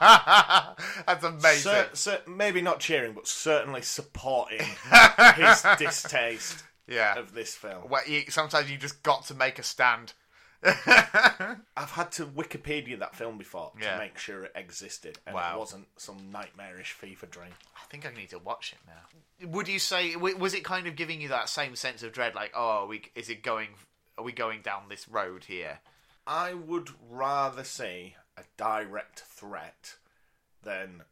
Speaker 1: that's amazing.
Speaker 2: Cer- cer- maybe not cheering, but certainly supporting his distaste
Speaker 1: yeah.
Speaker 2: of this film.
Speaker 1: Well, you, sometimes you just got to make a stand.
Speaker 2: I've had to Wikipedia that film before
Speaker 1: Yeah.
Speaker 2: to make sure it existed and
Speaker 1: Wow.
Speaker 2: it wasn't some nightmarish fever dream.
Speaker 1: I think I need to watch it now. Would you say w- was it kind of giving you that same sense of dread, like, oh, are we is it going? Are we going down this road here?
Speaker 2: I would rather see a direct threat than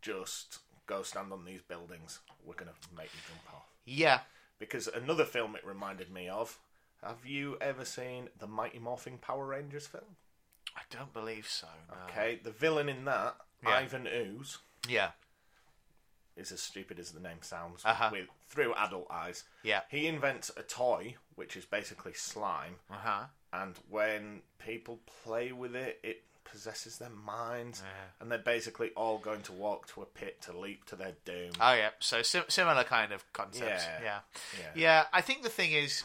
Speaker 2: just go stand on these buildings. We're going to make you jump off.
Speaker 1: Yeah.
Speaker 2: Because another film it reminded me of. Have you ever seen the Mighty Morphin Power Rangers film?
Speaker 1: I don't believe so. no.
Speaker 2: Okay, the villain in that,
Speaker 1: Uh-huh. Yeah.
Speaker 2: Ivan Ooze,
Speaker 1: Yeah.
Speaker 2: is as stupid as the name sounds
Speaker 1: Uh-huh.
Speaker 2: with through adult eyes.
Speaker 1: Yeah.
Speaker 2: He invents a toy which is basically slime,
Speaker 1: Uh huh.
Speaker 2: and when people play with it, it possesses their minds,
Speaker 1: Yeah.
Speaker 2: and they're basically all going to walk to a pit to leap to their doom.
Speaker 1: Oh yeah. So sim- similar kind of concepts.
Speaker 2: Yeah.
Speaker 1: Yeah.
Speaker 2: yeah.
Speaker 1: Yeah, I think the thing is,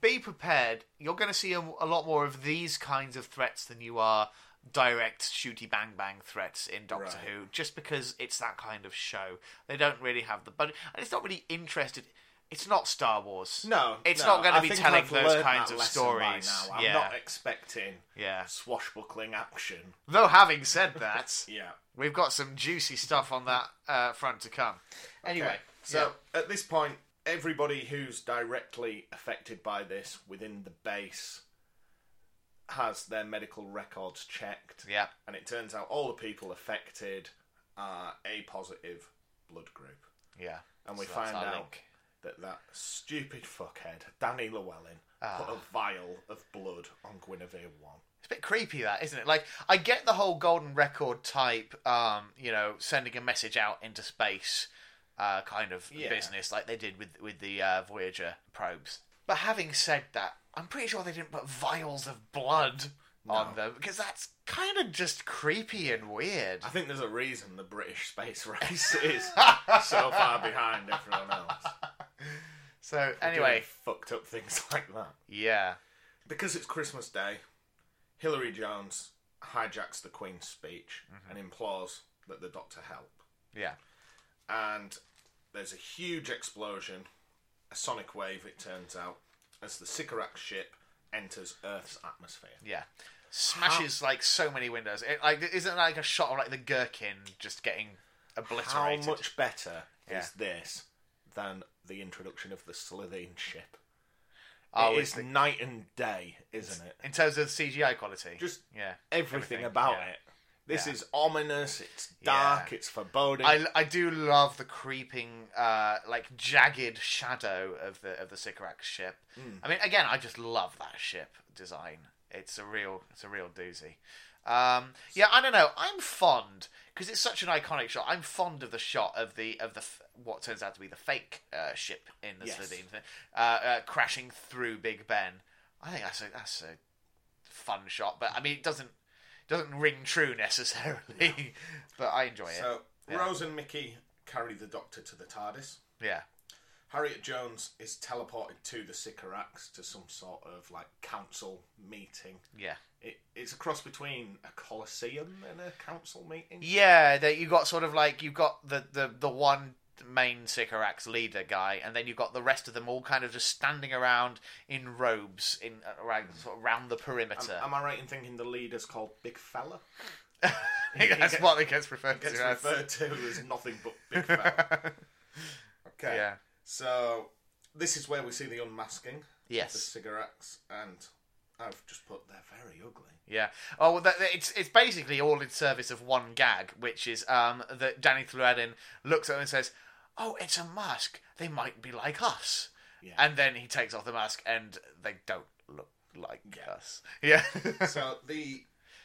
Speaker 1: be prepared. You're going to see a, a lot more of these kinds of threats than you are direct shooty bang bang threats in Doctor
Speaker 2: Right.
Speaker 1: Who, just because it's that kind of show. They don't really have the budget, and it's not really interested. It's not Star Wars.
Speaker 2: No,
Speaker 1: it's
Speaker 2: no,
Speaker 1: not going to
Speaker 2: I
Speaker 1: be
Speaker 2: think
Speaker 1: telling
Speaker 2: I've
Speaker 1: those
Speaker 2: learned
Speaker 1: kinds
Speaker 2: that
Speaker 1: of
Speaker 2: lesson by
Speaker 1: stories.
Speaker 2: Now. I'm
Speaker 1: yeah,
Speaker 2: not expecting
Speaker 1: yeah.
Speaker 2: swashbuckling action.
Speaker 1: Though having said that,
Speaker 2: Yeah.
Speaker 1: we've got some juicy stuff on that uh, front to come. Anyway,
Speaker 2: Okay, so at this point, everybody who's directly affected by this within the base has their medical records checked,
Speaker 1: yeah,
Speaker 2: and it turns out all the people affected are A positive blood group,
Speaker 1: yeah.
Speaker 2: and we
Speaker 1: So that's
Speaker 2: find
Speaker 1: our
Speaker 2: out
Speaker 1: link.
Speaker 2: that that stupid fuckhead Danny Llewellyn put
Speaker 1: Ah.
Speaker 2: a vial of blood on Guinevere One.
Speaker 1: It's a bit creepy, that isn't it? Like, I get the whole golden record type, um, you know, sending a message out into space, uh, kind of
Speaker 2: Yeah.
Speaker 1: business, like they did with with the uh, Voyager probes. But having said that, I'm pretty sure they didn't put vials of blood on them because that's kind of just creepy and weird.
Speaker 2: I think there's a reason the British space race is so far behind everyone else.
Speaker 1: So
Speaker 2: Doing
Speaker 1: anyway,
Speaker 2: fucked up things like that.
Speaker 1: yeah,
Speaker 2: because it's Christmas Day, Hillary Jones hijacks the Queen's speech
Speaker 1: Mm-hmm.
Speaker 2: and implores that the Doctor help.
Speaker 1: yeah,
Speaker 2: And there's a huge explosion, a sonic wave, it turns out, as the Sycorax ship enters Earth's atmosphere.
Speaker 1: yeah. Smashes like so many windows. It, like, isn't it like a shot of like the gherkin just getting
Speaker 2: How
Speaker 1: obliterated?
Speaker 2: much better
Speaker 1: Yeah.
Speaker 2: is this than the introduction of the Slitheen ship?
Speaker 1: Oh,
Speaker 2: it
Speaker 1: it's
Speaker 2: is night and day, isn't it?
Speaker 1: in terms of CGI quality?
Speaker 2: Just
Speaker 1: yeah.
Speaker 2: everything,
Speaker 1: everything,
Speaker 2: about
Speaker 1: yeah.
Speaker 2: it. This
Speaker 1: Yeah.
Speaker 2: is ominous, it's
Speaker 1: Yeah.
Speaker 2: dark, it's foreboding.
Speaker 1: I, I do love the creeping, uh, like jagged shadow of the of the Sycorax ship.
Speaker 2: Hmm.
Speaker 1: I mean, again, I just love that ship design. It's a real, it's a real doozy. Um, yeah, I don't know. I'm fond because it's such an iconic shot. I'm fond of the shot of the of the f- what turns out to be the fake uh, ship in the
Speaker 2: Yes.
Speaker 1: Slitheen uh, uh, crashing through Big Ben. I think that's a that's a fun shot, but I mean, it doesn't doesn't ring true necessarily. but I enjoy it.
Speaker 2: So
Speaker 1: Yeah.
Speaker 2: Rose and Mickey carry the Doctor to the TARDIS.
Speaker 1: yeah.
Speaker 2: Harriet Jones is teleported to the Sycorax to some sort of like council meeting.
Speaker 1: Yeah.
Speaker 2: It, it's a cross between a coliseum and a council meeting.
Speaker 1: Yeah, that you got sort of like you've got the the the one the main Sycorax leader guy, and then you've got the rest of them all kind of just standing around in robes in uh, around sort of around the perimeter.
Speaker 2: Am I right in thinking the leader's called Big Fella?
Speaker 1: That's
Speaker 2: gets-
Speaker 1: what it gets referred
Speaker 2: Gets
Speaker 1: to as.
Speaker 2: referred to as nothing but Big Fella. Okay.
Speaker 1: Yeah.
Speaker 2: So this is where we see the unmasking of the
Speaker 1: Yes.
Speaker 2: cigarettes, and I've just put they're very ugly.
Speaker 1: Yeah. Oh, well, that, that- it's it's basically all in service of one gag, which is um, that Danny Threadin looks at them and says, "Oh, it's a mask. They might be like us."
Speaker 2: Yeah.
Speaker 1: And then he takes off the mask, and they don't look like
Speaker 2: Yeah.
Speaker 1: us. Yeah.
Speaker 2: So the
Speaker 1: They've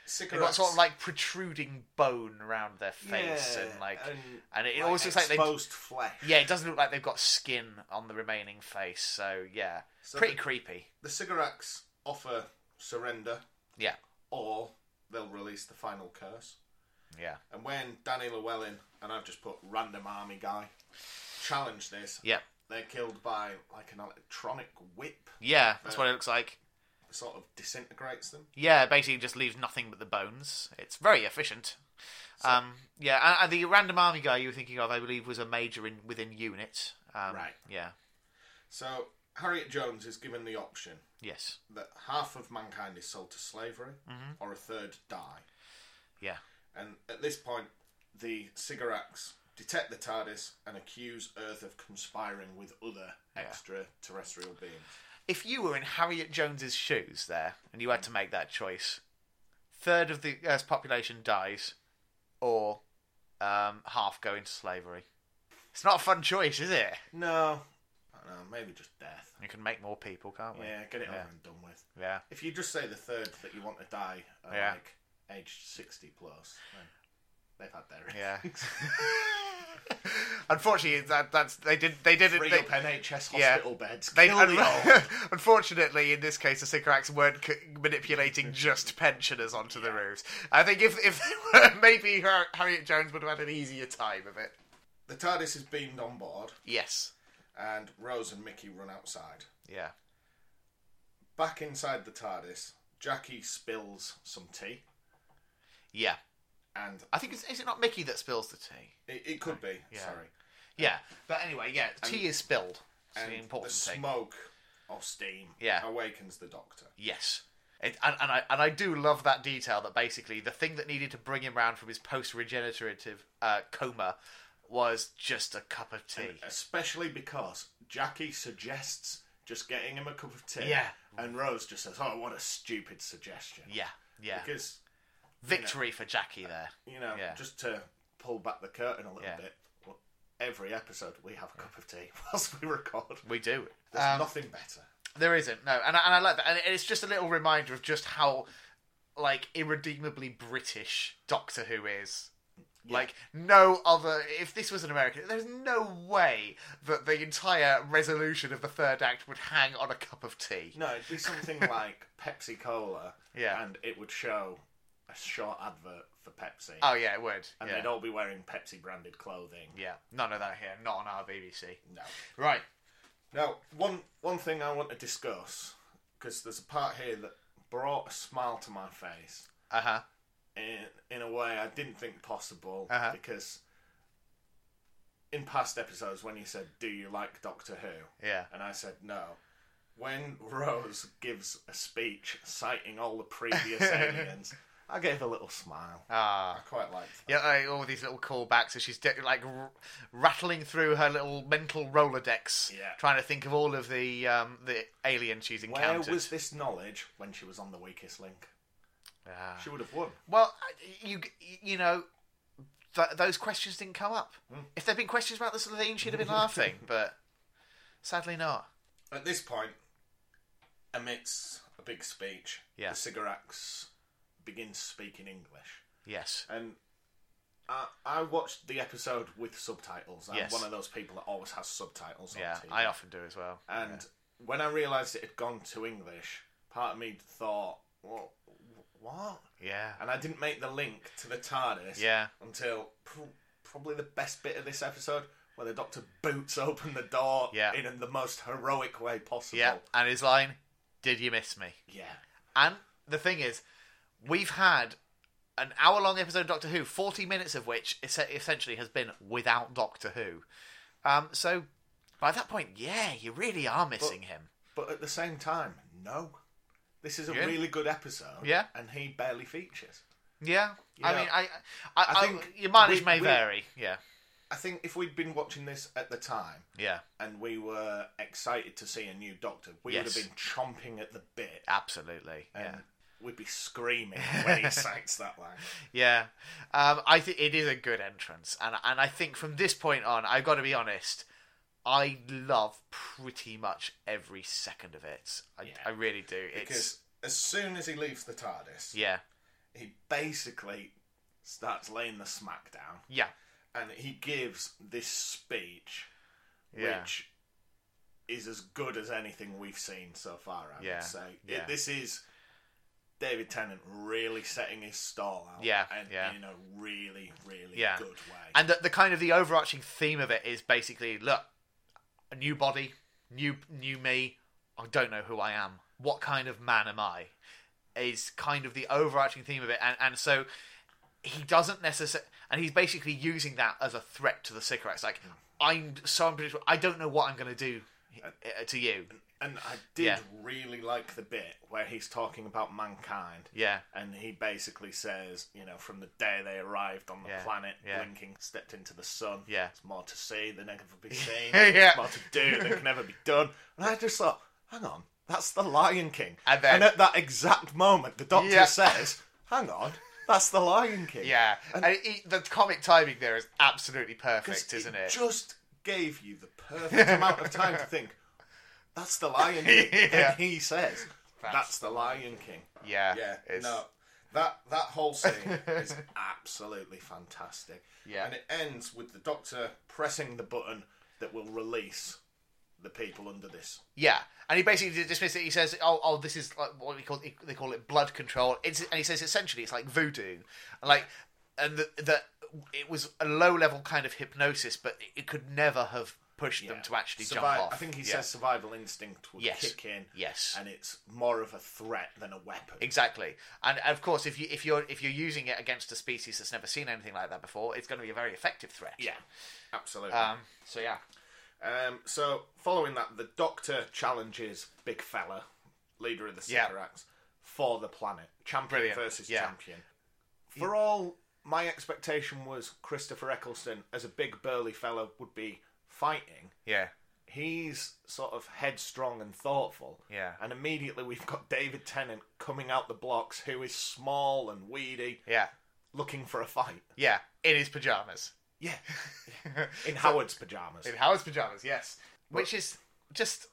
Speaker 2: cigarettes
Speaker 1: got sort of like protruding bone around their face,
Speaker 2: Yeah,
Speaker 1: and like,
Speaker 2: and,
Speaker 1: and it
Speaker 2: like,
Speaker 1: always looks like they.
Speaker 2: exposed flesh.
Speaker 1: Yeah, it doesn't look like they've got skin on the remaining face. So yeah,
Speaker 2: So
Speaker 1: pretty
Speaker 2: the,
Speaker 1: creepy.
Speaker 2: the cigarettes offer surrender.
Speaker 1: Yeah.
Speaker 2: Or they'll release the final curse.
Speaker 1: Yeah.
Speaker 2: And when Danny Llewellyn and I've just put random army guy challenge this,
Speaker 1: Yeah.
Speaker 2: they're killed by like an electronic whip
Speaker 1: Yeah, that's what it looks like.
Speaker 2: that sort of disintegrates them.
Speaker 1: Yeah, basically just leaves nothing but the bones. It's very efficient. Um, yeah, and, and the random army guy you were thinking of, I believe, was a major in within unit. Um,
Speaker 2: Right.
Speaker 1: Yeah.
Speaker 2: So Harriet Jones is given the option
Speaker 1: Yes.
Speaker 2: that half of mankind is sold to slavery or a third die.
Speaker 1: Mm-hmm. Yeah.
Speaker 2: And at this point, the Sigarax detect the TARDIS and accuse Earth of conspiring with other extraterrestrial beings.
Speaker 1: If you were in Harriet Jones's shoes there, and you had to make that choice, third of the Earth's population dies, or um, half go into slavery. It's not a fun choice, is it?
Speaker 2: No. I don't know, maybe just death.
Speaker 1: You can make more people, can't we?
Speaker 2: Yeah, get it
Speaker 1: Yeah.
Speaker 2: over and done with.
Speaker 1: Yeah.
Speaker 2: If you just say the third that you want to die are
Speaker 1: Yeah.
Speaker 2: like aged 60 plus, then they've had their
Speaker 1: Yeah. Unfortunately, that that's they did they did
Speaker 2: Free
Speaker 1: it. They,
Speaker 2: up NHS
Speaker 1: Yeah.
Speaker 2: hospital beds.
Speaker 1: They,
Speaker 2: Kill the old.
Speaker 1: unfortunately, in this case, the Sycorax weren't c- manipulating just pensioners onto the roofs. I think if if they were, maybe Har- Harriet Jones would have had an easier time of it.
Speaker 2: The TARDIS is beamed on board,
Speaker 1: Yes.
Speaker 2: and Rose and Mickey run outside.
Speaker 1: Yeah.
Speaker 2: Back inside the TARDIS, Jackie spills some tea,
Speaker 1: Yeah.
Speaker 2: and
Speaker 1: I think it's, is it not Mickey that spills the tea?
Speaker 2: it, it could be.
Speaker 1: Yeah.
Speaker 2: Sorry,
Speaker 1: Yeah. But anyway, yeah, tea is spilled. It's
Speaker 2: and
Speaker 1: the important
Speaker 2: the
Speaker 1: thing.
Speaker 2: smoke or steam
Speaker 1: Yeah.
Speaker 2: awakens the Doctor.
Speaker 1: Yes. It, and, and I and I do love that detail that basically the thing that needed to bring him round from his post regenerative uh, coma was just a cup of tea.
Speaker 2: uh, Especially because Jackie suggests just getting him a cup of tea.
Speaker 1: Yeah.
Speaker 2: and Rose just says, "Oh, what a stupid suggestion."
Speaker 1: yeah, yeah.
Speaker 2: because
Speaker 1: Victory for Jackie there.
Speaker 2: you know,
Speaker 1: Yeah.
Speaker 2: just to pull back the curtain a little
Speaker 1: Yeah.
Speaker 2: bit. well, Every episode, we have a cup of tea whilst we record.
Speaker 1: We do.
Speaker 2: There's
Speaker 1: Um,
Speaker 2: nothing better.
Speaker 1: There isn't no, and I, and I like that, and it's just a little reminder of just how like irredeemably British Doctor Who is. Like no other. If this was an American, there's no way that the entire resolution of the third act would hang on a cup of tea.
Speaker 2: No, it'd be something like Pepsi Cola.
Speaker 1: Yeah.
Speaker 2: And it would show a short advert for Pepsi.
Speaker 1: Oh yeah, it would.
Speaker 2: and
Speaker 1: yeah.
Speaker 2: they'd all be wearing Pepsi branded clothing.
Speaker 1: Yeah, none of that here. Not on our BBC.
Speaker 2: No.
Speaker 1: Right.
Speaker 2: Now, one, one thing I want to discuss, because there's a part here that brought a smile to my face
Speaker 1: Uh huh.
Speaker 2: in, in a way I didn't think possible.
Speaker 1: Uh-huh.
Speaker 2: Because in past episodes, when you said, Do you like Doctor Who?
Speaker 1: Yeah.
Speaker 2: And I said no. When Rose gives a speech citing all the previous aliens, I gave a little smile.
Speaker 1: Ah.
Speaker 2: I quite liked that.
Speaker 1: Yeah, like, all these little callbacks as she's de- like r- rattling through her little mental rolodex,
Speaker 2: Yeah.
Speaker 1: trying to think of all of the um, the aliens she's
Speaker 2: Where
Speaker 1: encountered.
Speaker 2: was this knowledge when she was on the weakest link?
Speaker 1: Ah.
Speaker 2: She would have won.
Speaker 1: Well, I- you you know, th- those questions didn't come up.
Speaker 2: Hmm.
Speaker 1: If there'd been questions about the Slovene, she'd have been laughing, but sadly not.
Speaker 2: At this point, amidst a big speech,
Speaker 1: Yeah.
Speaker 2: the Sigarax begins speaking English.
Speaker 1: Yes.
Speaker 2: And I, I watched the episode with subtitles. I'm
Speaker 1: Yes.
Speaker 2: one of those people that always has subtitles on
Speaker 1: Yeah,
Speaker 2: TV.
Speaker 1: I often do as well.
Speaker 2: And when I realised it had gone to English, part of me thought, well, wh- what?
Speaker 1: Yeah.
Speaker 2: And I didn't make the link to the TARDIS
Speaker 1: Yeah.
Speaker 2: until pr- probably the best bit of this episode, where the Doctor boots open the door
Speaker 1: Yeah.
Speaker 2: in the most heroic way possible.
Speaker 1: Yeah. And his line, "Did you miss me?"
Speaker 2: Yeah.
Speaker 1: And the thing is, we've had an hour long episode of Doctor Who, 40 minutes of which es- essentially has been without Doctor Who. Um, so by that point, yeah, you really are missing him.
Speaker 2: But at the same time, no. This is a
Speaker 1: Yeah.
Speaker 2: really good episode.
Speaker 1: Yeah.
Speaker 2: And he barely features.
Speaker 1: Yeah, I
Speaker 2: Yeah.
Speaker 1: mean, I, I, I,
Speaker 2: I think
Speaker 1: your mileage
Speaker 2: we-
Speaker 1: may
Speaker 2: we-
Speaker 1: vary. Yeah,
Speaker 2: I think if we'd been watching this at the time
Speaker 1: yeah,
Speaker 2: and we were excited to see a new Doctor, we
Speaker 1: Yes.
Speaker 2: would have been chomping at the bit.
Speaker 1: absolutely.
Speaker 2: And
Speaker 1: Yeah,
Speaker 2: we'd be screaming when he cites that line.
Speaker 1: yeah. Um, I think it is a good entrance, and and I think from this point on, I've got to be honest. I love pretty much every second of it. I,
Speaker 2: Yeah.
Speaker 1: I really do. It's
Speaker 2: Because as soon as he leaves the TARDIS,
Speaker 1: yeah,
Speaker 2: he basically starts laying the smack down
Speaker 1: yeah,
Speaker 2: and he gives this speech
Speaker 1: yeah.
Speaker 2: which is as good as anything we've seen so far. I
Speaker 1: Yeah,
Speaker 2: would say It-
Speaker 1: yeah.
Speaker 2: this is David Tennant really setting his stall out,
Speaker 1: Yeah,
Speaker 2: and
Speaker 1: yeah.
Speaker 2: in a really, really
Speaker 1: Yeah.
Speaker 2: good way.
Speaker 1: and the, the kind of the overarching theme of it is basically look a new body new new me i don't know who i am what kind of man am i is kind of the overarching theme of it and and so he doesn't necessarily and he's basically using that as a threat to the cigarettes like i'm so unpredictable i don't know what i'm going to do Hmm. uh, to you
Speaker 2: And I did
Speaker 1: Yeah.
Speaker 2: really like the bit where he's talking about mankind.
Speaker 1: yeah
Speaker 2: And he basically says, you know, from the day they arrived on the
Speaker 1: Yeah,
Speaker 2: planet,
Speaker 1: yeah.
Speaker 2: blinking, stepped into the sun.
Speaker 1: Yeah.
Speaker 2: It's more to see than ever be seen.
Speaker 1: Yeah.
Speaker 2: It's more to do than can ever be done. And I just thought, hang on, that's the Lion King.
Speaker 1: And then-
Speaker 2: at that exact moment, the Doctor
Speaker 1: Yeah.
Speaker 2: says, hang on, that's the Lion King.
Speaker 1: yeah and,
Speaker 2: And-
Speaker 1: it- the comic timing there is absolutely perfect
Speaker 2: 'Cause
Speaker 1: isn't it
Speaker 2: Just gave you the perfect amount of time to think. That's the Lion King.
Speaker 1: Yeah.
Speaker 2: And he says,
Speaker 1: That's
Speaker 2: "That's, the Lion King."
Speaker 1: yeah
Speaker 2: Yeah,
Speaker 1: it's-
Speaker 2: no, that that whole scene is absolutely fantastic.
Speaker 1: Yeah.
Speaker 2: and it ends with the Doctor pressing the button that will release the people under this.
Speaker 1: Yeah, and he basically dismisses it. He says, "Oh, oh, this is like what we call they call it blood control." It's, and he says essentially it's like voodoo, and like and the, the it was a low level kind of hypnosis, but it could never have pushed them
Speaker 2: Yeah.
Speaker 1: to actually
Speaker 2: Survi-
Speaker 1: jump off.
Speaker 2: I think he
Speaker 1: Yeah.
Speaker 2: says survival instinct will
Speaker 1: Yes.
Speaker 2: kick in,
Speaker 1: yes.
Speaker 2: and it's more of a threat than a weapon.
Speaker 1: Exactly, and and of course, if you if you're if you're using it against a species that's never seen anything like that before, it's going to be a very effective threat.
Speaker 2: yeah, absolutely.
Speaker 1: Um. So yeah.
Speaker 2: Um, so following that, the Doctor challenges Big Fella, leader of the
Speaker 1: Yeah.
Speaker 2: Sycorax, for the planet. Champion
Speaker 1: Brilliant.
Speaker 2: versus
Speaker 1: Yeah.
Speaker 2: champion. For all my expectation was Christopher Eccleston as a big burly fella would be fighting.
Speaker 1: Yeah.
Speaker 2: He's sort of headstrong and thoughtful.
Speaker 1: Yeah.
Speaker 2: And immediately we've got David Tennant coming out the blocks, who is small and weedy,
Speaker 1: Yeah.
Speaker 2: looking for a fight.
Speaker 1: Yeah. In his pajamas.
Speaker 2: Yeah. In Howard's pajamas.
Speaker 1: In Howard's pajamas, yes. Which is just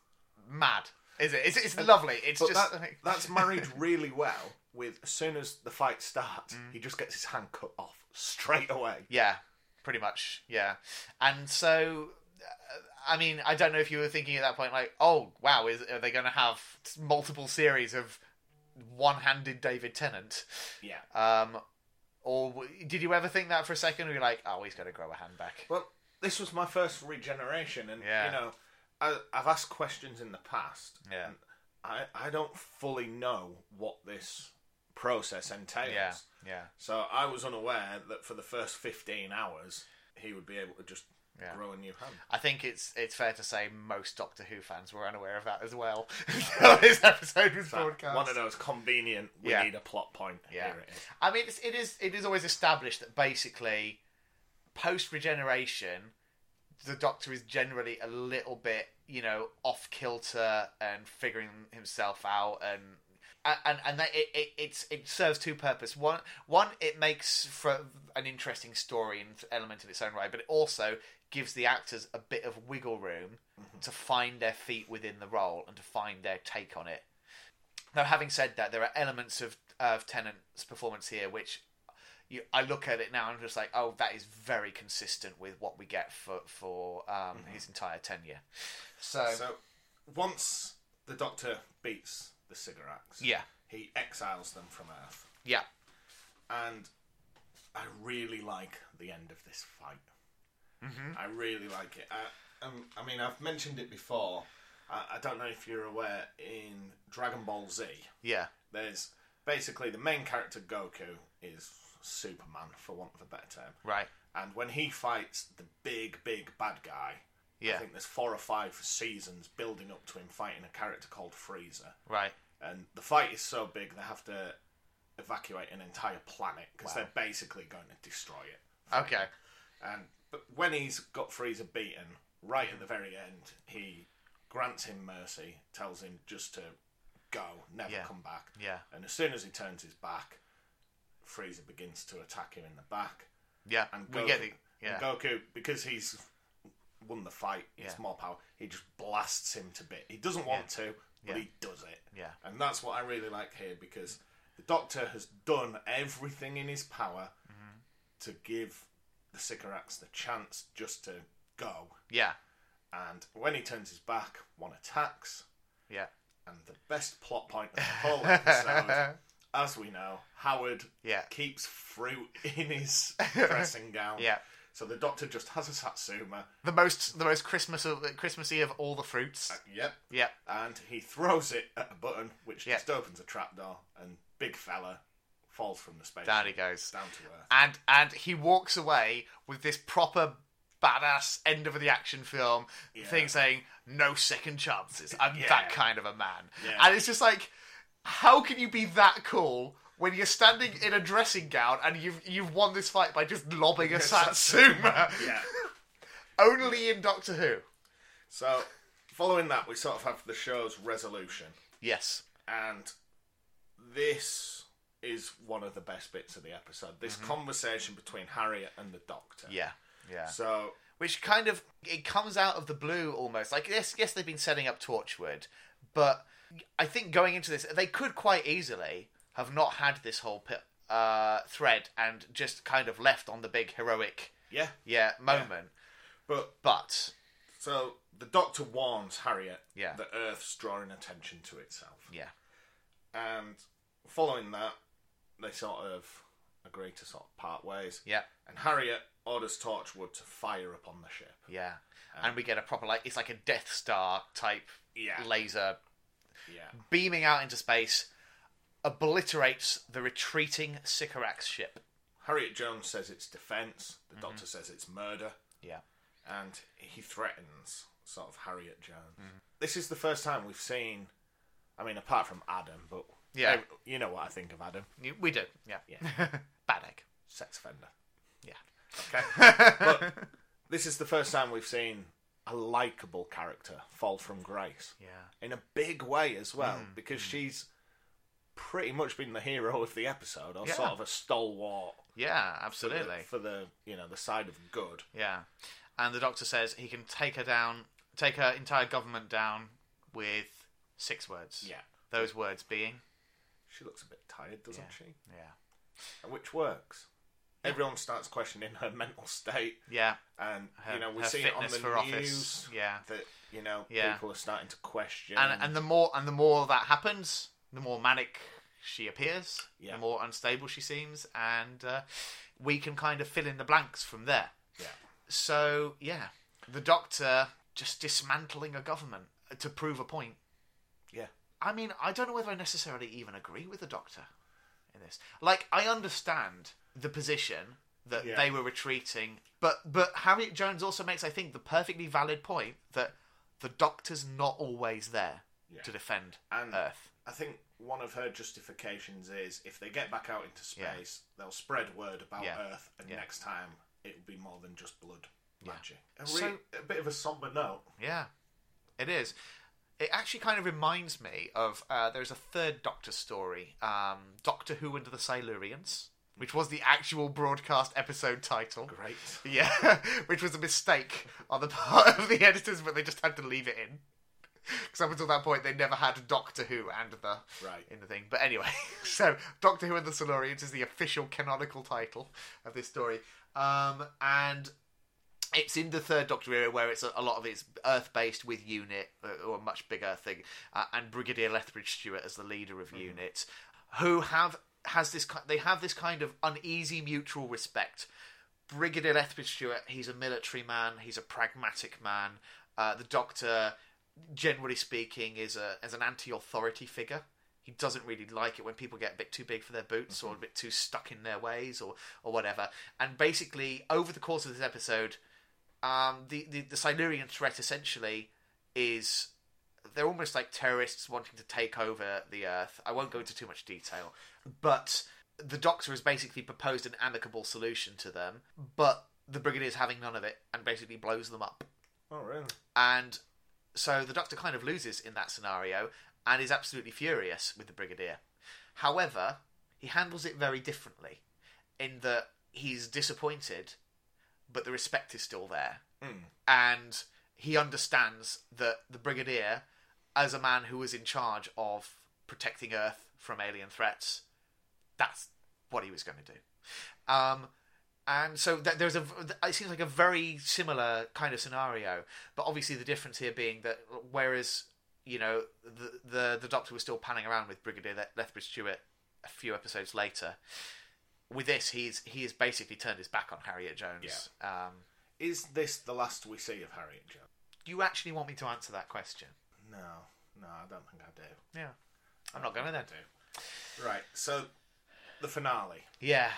Speaker 1: mad, is it? It's, it's lovely. It's
Speaker 2: But
Speaker 1: just
Speaker 2: that, that's married really well with as soon as the fight starts,
Speaker 1: Mm.
Speaker 2: he just gets his hand cut off straight away.
Speaker 1: yeah, pretty much yeah. And so, uh, I mean, I don't know if you were thinking at that point like, oh wow, is are they going to have multiple series of one-handed David Tennant?
Speaker 2: Yeah.
Speaker 1: Um, or w- did you ever think that for a second? Were you like, oh, he's going to grow a hand back?
Speaker 2: Well, this was my first regeneration, and
Speaker 1: Yeah.
Speaker 2: you know, I, I've asked questions in the past.
Speaker 1: Yeah.
Speaker 2: and I I don't fully know what this process entails.
Speaker 1: Yeah, yeah,
Speaker 2: So I was unaware that for the first fifteen hours he would be able to just
Speaker 1: Yeah.
Speaker 2: grow a new hand.
Speaker 1: I think it's it's fair to say most Doctor Who fans were unaware of that as well. so this episode was
Speaker 2: But
Speaker 1: broadcast.
Speaker 2: One of those convenient. We
Speaker 1: Yeah.
Speaker 2: need a plot point.
Speaker 1: Yeah.
Speaker 2: Here it is.
Speaker 1: I mean, it's, it is it is always established that basically, post regeneration, the Doctor is generally a little bit you know off kilter and figuring himself out and. And and that it, it it's it serves two purposes. One one it makes for an interesting story and element in its own right, but it also gives the actors a bit of wiggle room
Speaker 2: Mm-hmm.
Speaker 1: to find their feet within the role and to find their take on it. Now, having said that, there are elements of of Tennant's performance here which you, I look at it now and I'm just like, oh, that is very consistent with what we get for for um, his entire tenure. So,
Speaker 2: Mm-hmm. So once the Doctor beats the Cigarettes,
Speaker 1: yeah,
Speaker 2: he exiles them from Earth,
Speaker 1: yeah,
Speaker 2: and I really like the end of this fight.
Speaker 1: Mm-hmm.
Speaker 2: I really like it. I, um, I mean, I've mentioned it before. I, I don't know if you're aware. In Dragon Ball Z,
Speaker 1: yeah,
Speaker 2: there's basically the main character Goku is Superman, for want of a better term.
Speaker 1: right,
Speaker 2: And when he fights the big, big bad guy, I
Speaker 1: Yeah.
Speaker 2: think there's four or five seasons building up to him fighting a character called Freezer.
Speaker 1: Right.
Speaker 2: And the fight is so big they have to evacuate an entire planet because
Speaker 1: Wow.
Speaker 2: they're basically going to destroy it.
Speaker 1: Okay.
Speaker 2: And but when he's got Freezer beaten, right at the very end, he grants him mercy, tells him just to go, never
Speaker 1: Yeah.
Speaker 2: come back.
Speaker 1: Yeah.
Speaker 2: And as soon as he turns his back, Freezer begins to attack him in the back.
Speaker 1: Yeah.
Speaker 2: And
Speaker 1: we
Speaker 2: Goku,
Speaker 1: get it. Yeah.
Speaker 2: and Goku, because he's won the fight, it's
Speaker 1: Yeah.
Speaker 2: more power. He just blasts him to bit. He doesn't want to, but
Speaker 1: Yeah.
Speaker 2: he does it.
Speaker 1: Yeah.
Speaker 2: And that's what I really like here because the Doctor has done everything in his power
Speaker 1: Mm-hmm.
Speaker 2: to give the Sycorax the chance just to go.
Speaker 1: Yeah.
Speaker 2: And when he turns his back, one attacks.
Speaker 1: Yeah.
Speaker 2: And the best plot point of the whole episode, as we know, Howard
Speaker 1: Yeah.
Speaker 2: keeps fruit in his dressing gown.
Speaker 1: Yeah.
Speaker 2: So the Doctor just has a Satsuma.
Speaker 1: The most the most Christmas of, Christmassy of all the fruits.
Speaker 2: Yep.
Speaker 1: Yeah.
Speaker 2: and he throws it at a button, which
Speaker 1: Yeah.
Speaker 2: just opens a trapdoor, and big fella falls from the space
Speaker 1: Down he goes.
Speaker 2: down to earth.
Speaker 1: and and he walks away with this proper badass end of the action film thing saying no second chances i'm
Speaker 2: Yeah.
Speaker 1: that kind of a man
Speaker 2: Yeah.
Speaker 1: and it's just like how can you be that cool when you're standing in a dressing gown and you've you've won this fight by just lobbing a satsuma
Speaker 2: Yeah.
Speaker 1: only in doctor who
Speaker 2: So, following that, we sort of have the show's resolution,
Speaker 1: yes
Speaker 2: and this is one of the best bits of the episode. This conversation between Harriet and the Doctor.
Speaker 1: Mm-hmm. yeah yeah
Speaker 2: So,
Speaker 1: which kind of it comes out of the blue almost. Like yes, yes, they've been setting up Torchwood, but I think going into this, they could quite easily have not had this whole pi- uh, thread and just kind of left on the big heroic
Speaker 2: yeah,
Speaker 1: yeah moment.
Speaker 2: but
Speaker 1: But
Speaker 2: so the Doctor warns Harriet
Speaker 1: Yeah.
Speaker 2: that Earth's drawing attention to itself.
Speaker 1: yeah,
Speaker 2: And following that, they sort of agree to sort of part ways.
Speaker 1: yeah,
Speaker 2: And Harriet orders Torchwood to fire upon the ship.
Speaker 1: yeah, and we get a proper like it's like a Death Star type
Speaker 2: Yeah.
Speaker 1: laser
Speaker 2: Yeah.
Speaker 1: beaming out into space, obliterates the retreating Sycorax ship.
Speaker 2: Harriet Jones says it's defence,
Speaker 1: Mm-hmm.
Speaker 2: the Doctor says it's murder,
Speaker 1: Yeah,
Speaker 2: and he threatens sort of Harriet Jones.
Speaker 1: Mm-hmm.
Speaker 2: This is the first time we've seen, I mean, apart from Adam, but
Speaker 1: Yeah.
Speaker 2: Eh, you know what I think of Adam
Speaker 1: You- we do. Yeah,
Speaker 2: Yeah.
Speaker 1: bad egg.
Speaker 2: sex offender.
Speaker 1: Yeah.
Speaker 2: Okay. but this is the first time we've seen a likeable character fall from grace.
Speaker 1: Yeah.
Speaker 2: in a big way as well
Speaker 1: Mm,
Speaker 2: because she's pretty much been the hero of the episode or
Speaker 1: Yeah.
Speaker 2: sort of a stalwart
Speaker 1: Yeah,
Speaker 2: for the-
Speaker 1: absolutely.
Speaker 2: for the you know the side of good
Speaker 1: Yeah. And the doctor says he can take her down, take her entire government down with six words.
Speaker 2: yeah
Speaker 1: Those words being.
Speaker 2: she looks a bit tired doesn't
Speaker 1: Yeah.
Speaker 2: she
Speaker 1: Yeah.
Speaker 2: And which works everyone starts questioning her mental state
Speaker 1: Yeah.
Speaker 2: and
Speaker 1: Her,
Speaker 2: you know we
Speaker 1: her
Speaker 2: see it on
Speaker 1: fitness
Speaker 2: the
Speaker 1: for
Speaker 2: news
Speaker 1: office. Yeah.
Speaker 2: that you know
Speaker 1: Yeah.
Speaker 2: people are starting to question
Speaker 1: And and the more and the more that happens, the more manic she appears,
Speaker 2: Yeah.
Speaker 1: the more unstable she seems, and uh, we can kind of fill in the blanks from there.
Speaker 2: yeah
Speaker 1: So yeah, the doctor just dismantling a government uh, to prove a point.
Speaker 2: yeah
Speaker 1: I mean, I don't know whether I necessarily even agree with the Doctor in this. Like, I understand the position that
Speaker 2: Yeah.
Speaker 1: they were retreating, but but Harriet Jones also makes, I think, the perfectly valid point that the Doctor's not always there
Speaker 2: Yeah.
Speaker 1: to defend
Speaker 2: And-
Speaker 1: Earth.
Speaker 2: I think one of her justifications is if they get back out into
Speaker 1: Yeah.
Speaker 2: space, they'll spread word about
Speaker 1: Yeah.
Speaker 2: Earth, and
Speaker 1: Yeah.
Speaker 2: next time it will be more than just blood magic. A, re-
Speaker 1: So-
Speaker 2: a bit of a somber note.
Speaker 1: Yeah, it is. It actually kind of reminds me of uh, there's a third Doctor story, um, Doctor Who and the Silurians, which was the actual broadcast episode title.
Speaker 2: Great.
Speaker 1: Yeah, which was a mistake on the part of the editors, but they just had to leave it in. Because up until that point, they never had Doctor Who and the
Speaker 2: Right.
Speaker 1: in the thing. But anyway, so Doctor Who and the Silurians is the official canonical title of this story, um, and it's in the third Doctor era where it's a, a lot of it's Earth based with Unit uh, or a much bigger thing, uh, and Brigadier Lethbridge Stewart as the leader of Unit, who have has this ki- they have this kind of uneasy mutual respect. Brigadier Lethbridge Stewart, he's a military man, he's a pragmatic man. Uh, the Doctor, generally speaking, is a is an anti-authority figure. He doesn't really like it when people get a bit too big for their boots or a bit too stuck in their ways or or whatever. And basically, over the course of this episode, um, the, the the Silurian threat essentially is they're almost like terrorists wanting to take over the Earth. I won't go into too much detail, but the Doctor has basically proposed an amicable solution to them, but the Brigadier's having none of it and basically blows them up.
Speaker 2: Oh, really?
Speaker 1: And so the Doctor kind of loses in that scenario and is absolutely furious with the Brigadier. However, he handles it very differently in that he's disappointed, but the respect is still there.
Speaker 2: Mm.
Speaker 1: And he understands that the Brigadier, as a man who was in charge of protecting Earth from alien threats, that's what he was going to do. Um, and so th- there's a v- it seems like a very similar kind of scenario, but obviously the difference here being that whereas you know the the, the Doctor was still panning around with Brigadier Le- Lethbridge Stewart a few episodes later, with this he's he has basically turned his back on Harriet Jones. Um,
Speaker 2: Is this the last we see of Harriet Jones?
Speaker 1: do you actually want me to answer that question?
Speaker 2: No, no, I don't think I do.
Speaker 1: Yeah, I'm not going to then.
Speaker 2: do. Right, so the finale.
Speaker 1: Yeah,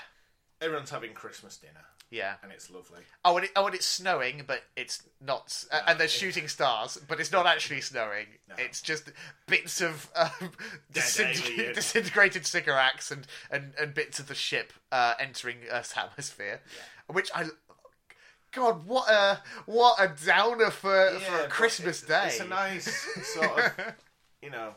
Speaker 2: Everyone's having Christmas dinner,
Speaker 1: yeah.
Speaker 2: and it's lovely.
Speaker 1: Oh, and, it, oh, and it's snowing, but it's not. s- uh, and they're
Speaker 2: it-
Speaker 1: shooting stars, but it's not actually snowing.
Speaker 2: No.
Speaker 1: It's just bits of um,
Speaker 2: alien.
Speaker 1: disintegr- disintegrated cigarettes and, and, and bits of the ship uh, entering Earth's atmosphere. Which I, God, what a what a downer for for a
Speaker 2: but
Speaker 1: Christmas
Speaker 2: it's,
Speaker 1: day.
Speaker 2: It's a nice sort of, you know,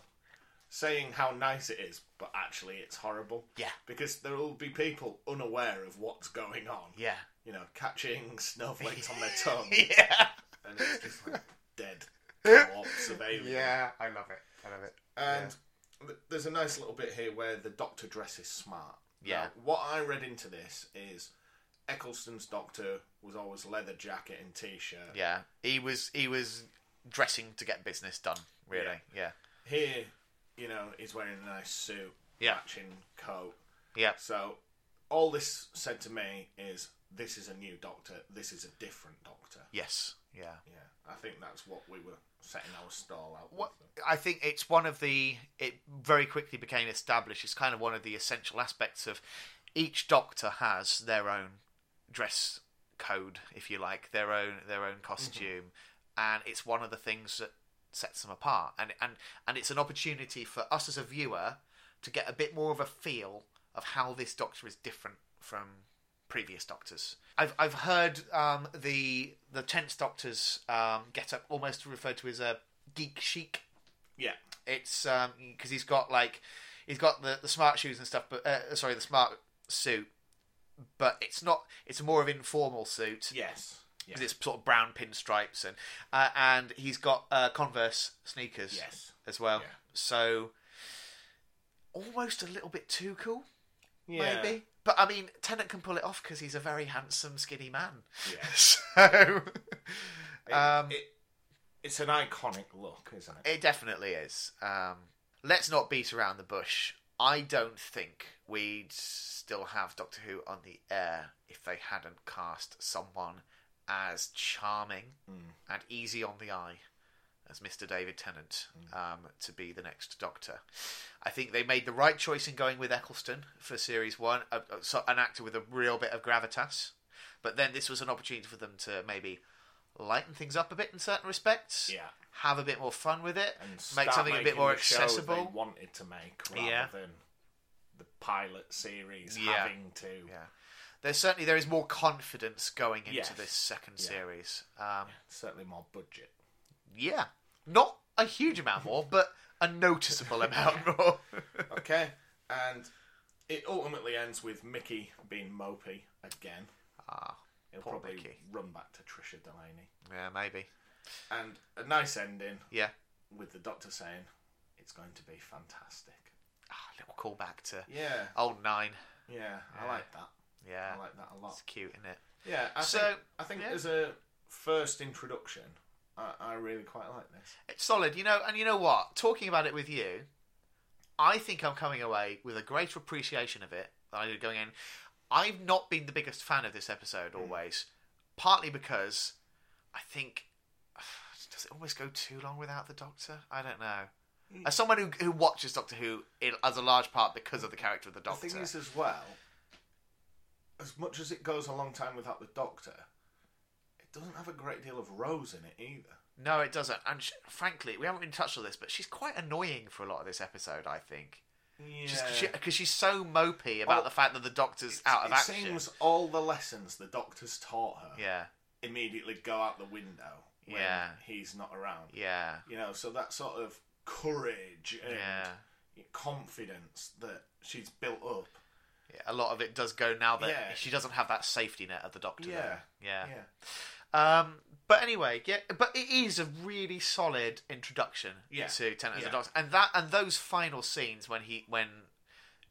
Speaker 2: saying how nice it is, but actually it's horrible.
Speaker 1: Yeah.
Speaker 2: Because there will be people unaware of what's going on.
Speaker 1: yeah,
Speaker 2: You know, catching snowflakes on their tongue,
Speaker 1: yeah,
Speaker 2: and it's just like dead corpse of alien.
Speaker 1: yeah. I love it. I love it.
Speaker 2: And th- there's a nice little bit here where the doctor dresses smart.
Speaker 1: Yeah.
Speaker 2: Now, what I read into this is Eccleston's doctor was always leather jacket and t shirt.
Speaker 1: Yeah, he was he was dressing to get business done. Really, yeah.
Speaker 2: Here, you know, he's wearing a nice suit,
Speaker 1: Yeah.
Speaker 2: matching coat.
Speaker 1: Yeah.
Speaker 2: So all this said to me is this is a new doctor, this is a different doctor.
Speaker 1: Yes. Yeah.
Speaker 2: Yeah. I think that's what we were setting our stall out
Speaker 1: What
Speaker 2: with.
Speaker 1: I think it's one of the it very quickly became established. It's kind of one of the essential aspects of each doctor has their own dress code, if you like, their own their own costume, and it's one of the things that sets them apart. And and and it's an opportunity for us as a viewer to get a bit more of a feel of how this doctor is different from previous doctors. I've I've heard um, the the tenth doctor's um, get up almost referred to as a geek chic
Speaker 2: Yeah.
Speaker 1: it's um because he's got like he's got the, the smart shoes and stuff, but uh, sorry, the smart suit. But it's not. It's more of informal suit.
Speaker 2: Yes. Yeah.
Speaker 1: 'cause It's sort of brown pinstripes and uh, and he's got uh, Converse sneakers
Speaker 2: Yes.
Speaker 1: as well.
Speaker 2: Yeah.
Speaker 1: So almost a little bit too cool,
Speaker 2: Yeah.
Speaker 1: maybe. But I mean, Tennant can pull it off because he's a very handsome, skinny man.
Speaker 2: Yeah.
Speaker 1: so
Speaker 2: It-
Speaker 1: Um,
Speaker 2: it, it's an iconic look, isn't it?
Speaker 1: It definitely is. Um, let's not beat around the bush. I don't think we'd still have Doctor Who on the air if they hadn't cast someone as charming
Speaker 2: Mm.
Speaker 1: and easy on the eye as Mr. David Tennant
Speaker 2: Mm.
Speaker 1: um, to be the next Doctor. I think they made the right choice in going with Eccleston for Series 1, a, a- so an actor with a real bit of gravitas. But then this was an opportunity for them to maybe lighten things up a bit in certain respects
Speaker 2: Yeah.
Speaker 1: have a bit more fun with it,
Speaker 2: And
Speaker 1: make
Speaker 2: start
Speaker 1: something a bit
Speaker 2: making
Speaker 1: more
Speaker 2: the show They
Speaker 1: accessible.
Speaker 2: wanted to make rather
Speaker 1: Yeah.
Speaker 2: than the pilot series
Speaker 1: Yeah.
Speaker 2: having to.
Speaker 1: Yeah, there's certainly there is more confidence going into
Speaker 2: Yes.
Speaker 1: this second
Speaker 2: Yeah.
Speaker 1: series. Um,
Speaker 2: Certainly more budget.
Speaker 1: yeah, not a huge amount more, but a noticeable amount more.
Speaker 2: Okay, and it ultimately ends with Mickey being mopey again.
Speaker 1: Ah,
Speaker 2: He'll
Speaker 1: Poor
Speaker 2: probably
Speaker 1: Mickey.
Speaker 2: run back to Trisha Delaney.
Speaker 1: yeah, maybe.
Speaker 2: And a nice ending
Speaker 1: Yeah,
Speaker 2: with the Doctor saying, it's going to be fantastic.
Speaker 1: ah, little callback to
Speaker 2: Yeah,
Speaker 1: old nine.
Speaker 2: yeah, I
Speaker 1: Yeah.
Speaker 2: like that.
Speaker 1: Yeah,
Speaker 2: I like that a lot.
Speaker 1: it's cute, isn't it?
Speaker 2: Yeah, I
Speaker 1: So,
Speaker 2: think, I think
Speaker 1: yeah.
Speaker 2: as a first introduction, I, I really quite like this.
Speaker 1: It's solid, you know. And you know what? Talking about it with you, I think I'm coming away with a greater appreciation of it than I did going in. I've not been the biggest fan of this
Speaker 2: Hmm.
Speaker 1: episode always, partly because I think does it always go too long without the Doctor? I don't know.
Speaker 2: Hmm.
Speaker 1: As someone who, who watches Doctor Who in, as a large part because of the character of the Doctor,
Speaker 2: The thing is, as well, as much as it goes a long time without the Doctor, it doesn't have a great deal of Rose in it either.
Speaker 1: No, it doesn't. And sh frankly, we haven't been touched on this, but she's quite annoying for a lot of this episode. I think
Speaker 2: Yeah.
Speaker 1: because she's so mopey about
Speaker 2: Well,
Speaker 1: the fact that the doctor's out of
Speaker 2: it
Speaker 1: action.
Speaker 2: seems all the lessons the doctor's taught her
Speaker 1: Yeah,
Speaker 2: immediately go out the window when
Speaker 1: Yeah.
Speaker 2: he's not around.
Speaker 1: yeah,
Speaker 2: You know, so that sort of courage and
Speaker 1: yeah,
Speaker 2: confidence that she's built up.
Speaker 1: yeah. A lot of it does go now that
Speaker 2: Yeah.
Speaker 1: she doesn't have that safety net of the doctor.
Speaker 2: Yeah.
Speaker 1: there. yeah.
Speaker 2: Yeah.
Speaker 1: Um, but anyway, yeah, but it is a really solid introduction
Speaker 2: Yeah.
Speaker 1: to Tenant as
Speaker 2: Yeah.
Speaker 1: a Doctor, and that and those final scenes when he when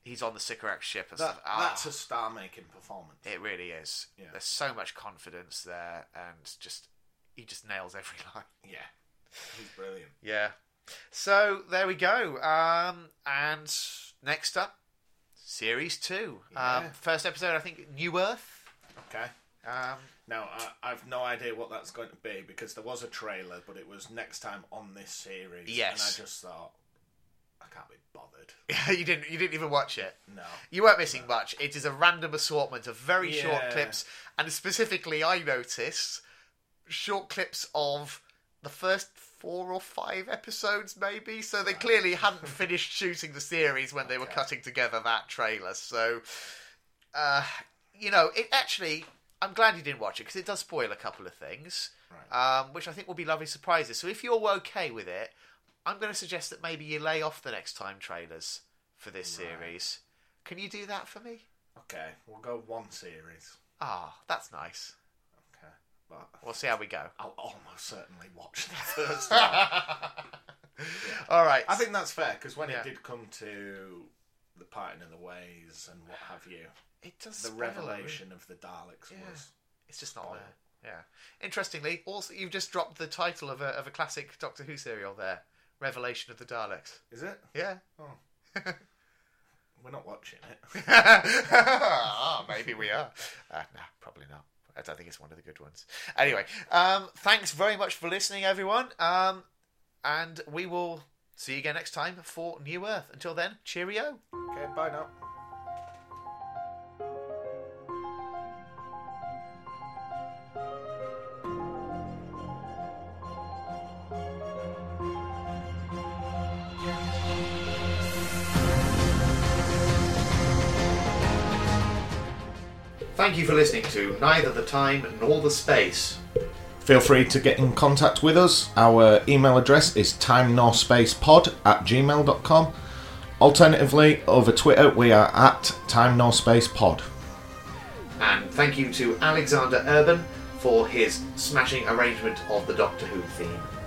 Speaker 1: he's on the Sycorax ship and
Speaker 2: That,
Speaker 1: stuff. ah,
Speaker 2: That's a star making performance.
Speaker 1: it really is.
Speaker 2: Yeah.
Speaker 1: There's so much confidence there, and just he just nails every line.
Speaker 2: Yeah. He's brilliant.
Speaker 1: Yeah. So there we go. Um, and next up, series two. Um,
Speaker 2: Yeah.
Speaker 1: first episode, I think, New Earth.
Speaker 2: Okay.
Speaker 1: Um,
Speaker 2: Now, I, I've no idea what that's going to be because there was a trailer, but it was next time on this series.
Speaker 1: Yes.
Speaker 2: And I just thought, I can't be bothered.
Speaker 1: you didn't you didn't even watch it.
Speaker 2: No.
Speaker 1: You weren't missing much. It is a random assortment of very short
Speaker 2: Yeah.
Speaker 1: clips, and specifically, I noticed short clips of the first four or five episodes, maybe. So they clearly hadn't finished shooting the series when they were
Speaker 2: Okay.
Speaker 1: cutting together that trailer. So, uh, you know, it actually. I'm glad you didn't watch it because it does spoil a couple of things, um, which I think will be lovely surprises. So if you're okay with it, I'm going to suggest that maybe you lay off the next time trailers for this
Speaker 2: Right.
Speaker 1: series. Can you do that for me?
Speaker 2: Okay, we'll go one series.
Speaker 1: Ah, that's nice.
Speaker 2: Okay. But
Speaker 1: We'll see how we go.
Speaker 2: I'll almost certainly watch the first one.
Speaker 1: All right.
Speaker 2: I think that's fair because when
Speaker 1: Yeah.
Speaker 2: it did come to the parting of the ways and what have you,
Speaker 1: it does.
Speaker 2: the
Speaker 1: spoil,
Speaker 2: revelation of the Daleks
Speaker 1: Yeah.
Speaker 2: was.
Speaker 1: It's just not
Speaker 2: Spoil.
Speaker 1: there. Yeah. Interestingly, also you've just dropped the title of a of a classic Doctor Who serial there, Revelation of the Daleks.
Speaker 2: Is it?
Speaker 1: Yeah.
Speaker 2: We're not watching it.
Speaker 1: Ah, maybe we are. Uh, no, probably not. I don't think it's one of the good ones. Anyway, um, thanks very much for listening, everyone. Um, and we will see you again next time for New Earth. Until then, cheerio.
Speaker 2: Okay, bye now.
Speaker 1: Thank you for listening to Neither the Time Nor the Space.
Speaker 2: Feel free to get in contact with us. Our email address is timenorspacepod at gmail.com. Alternatively, over Twitter, we are at timenorspacepod.
Speaker 1: And thank you to Alexander Urban for his smashing arrangement of the Doctor Who theme.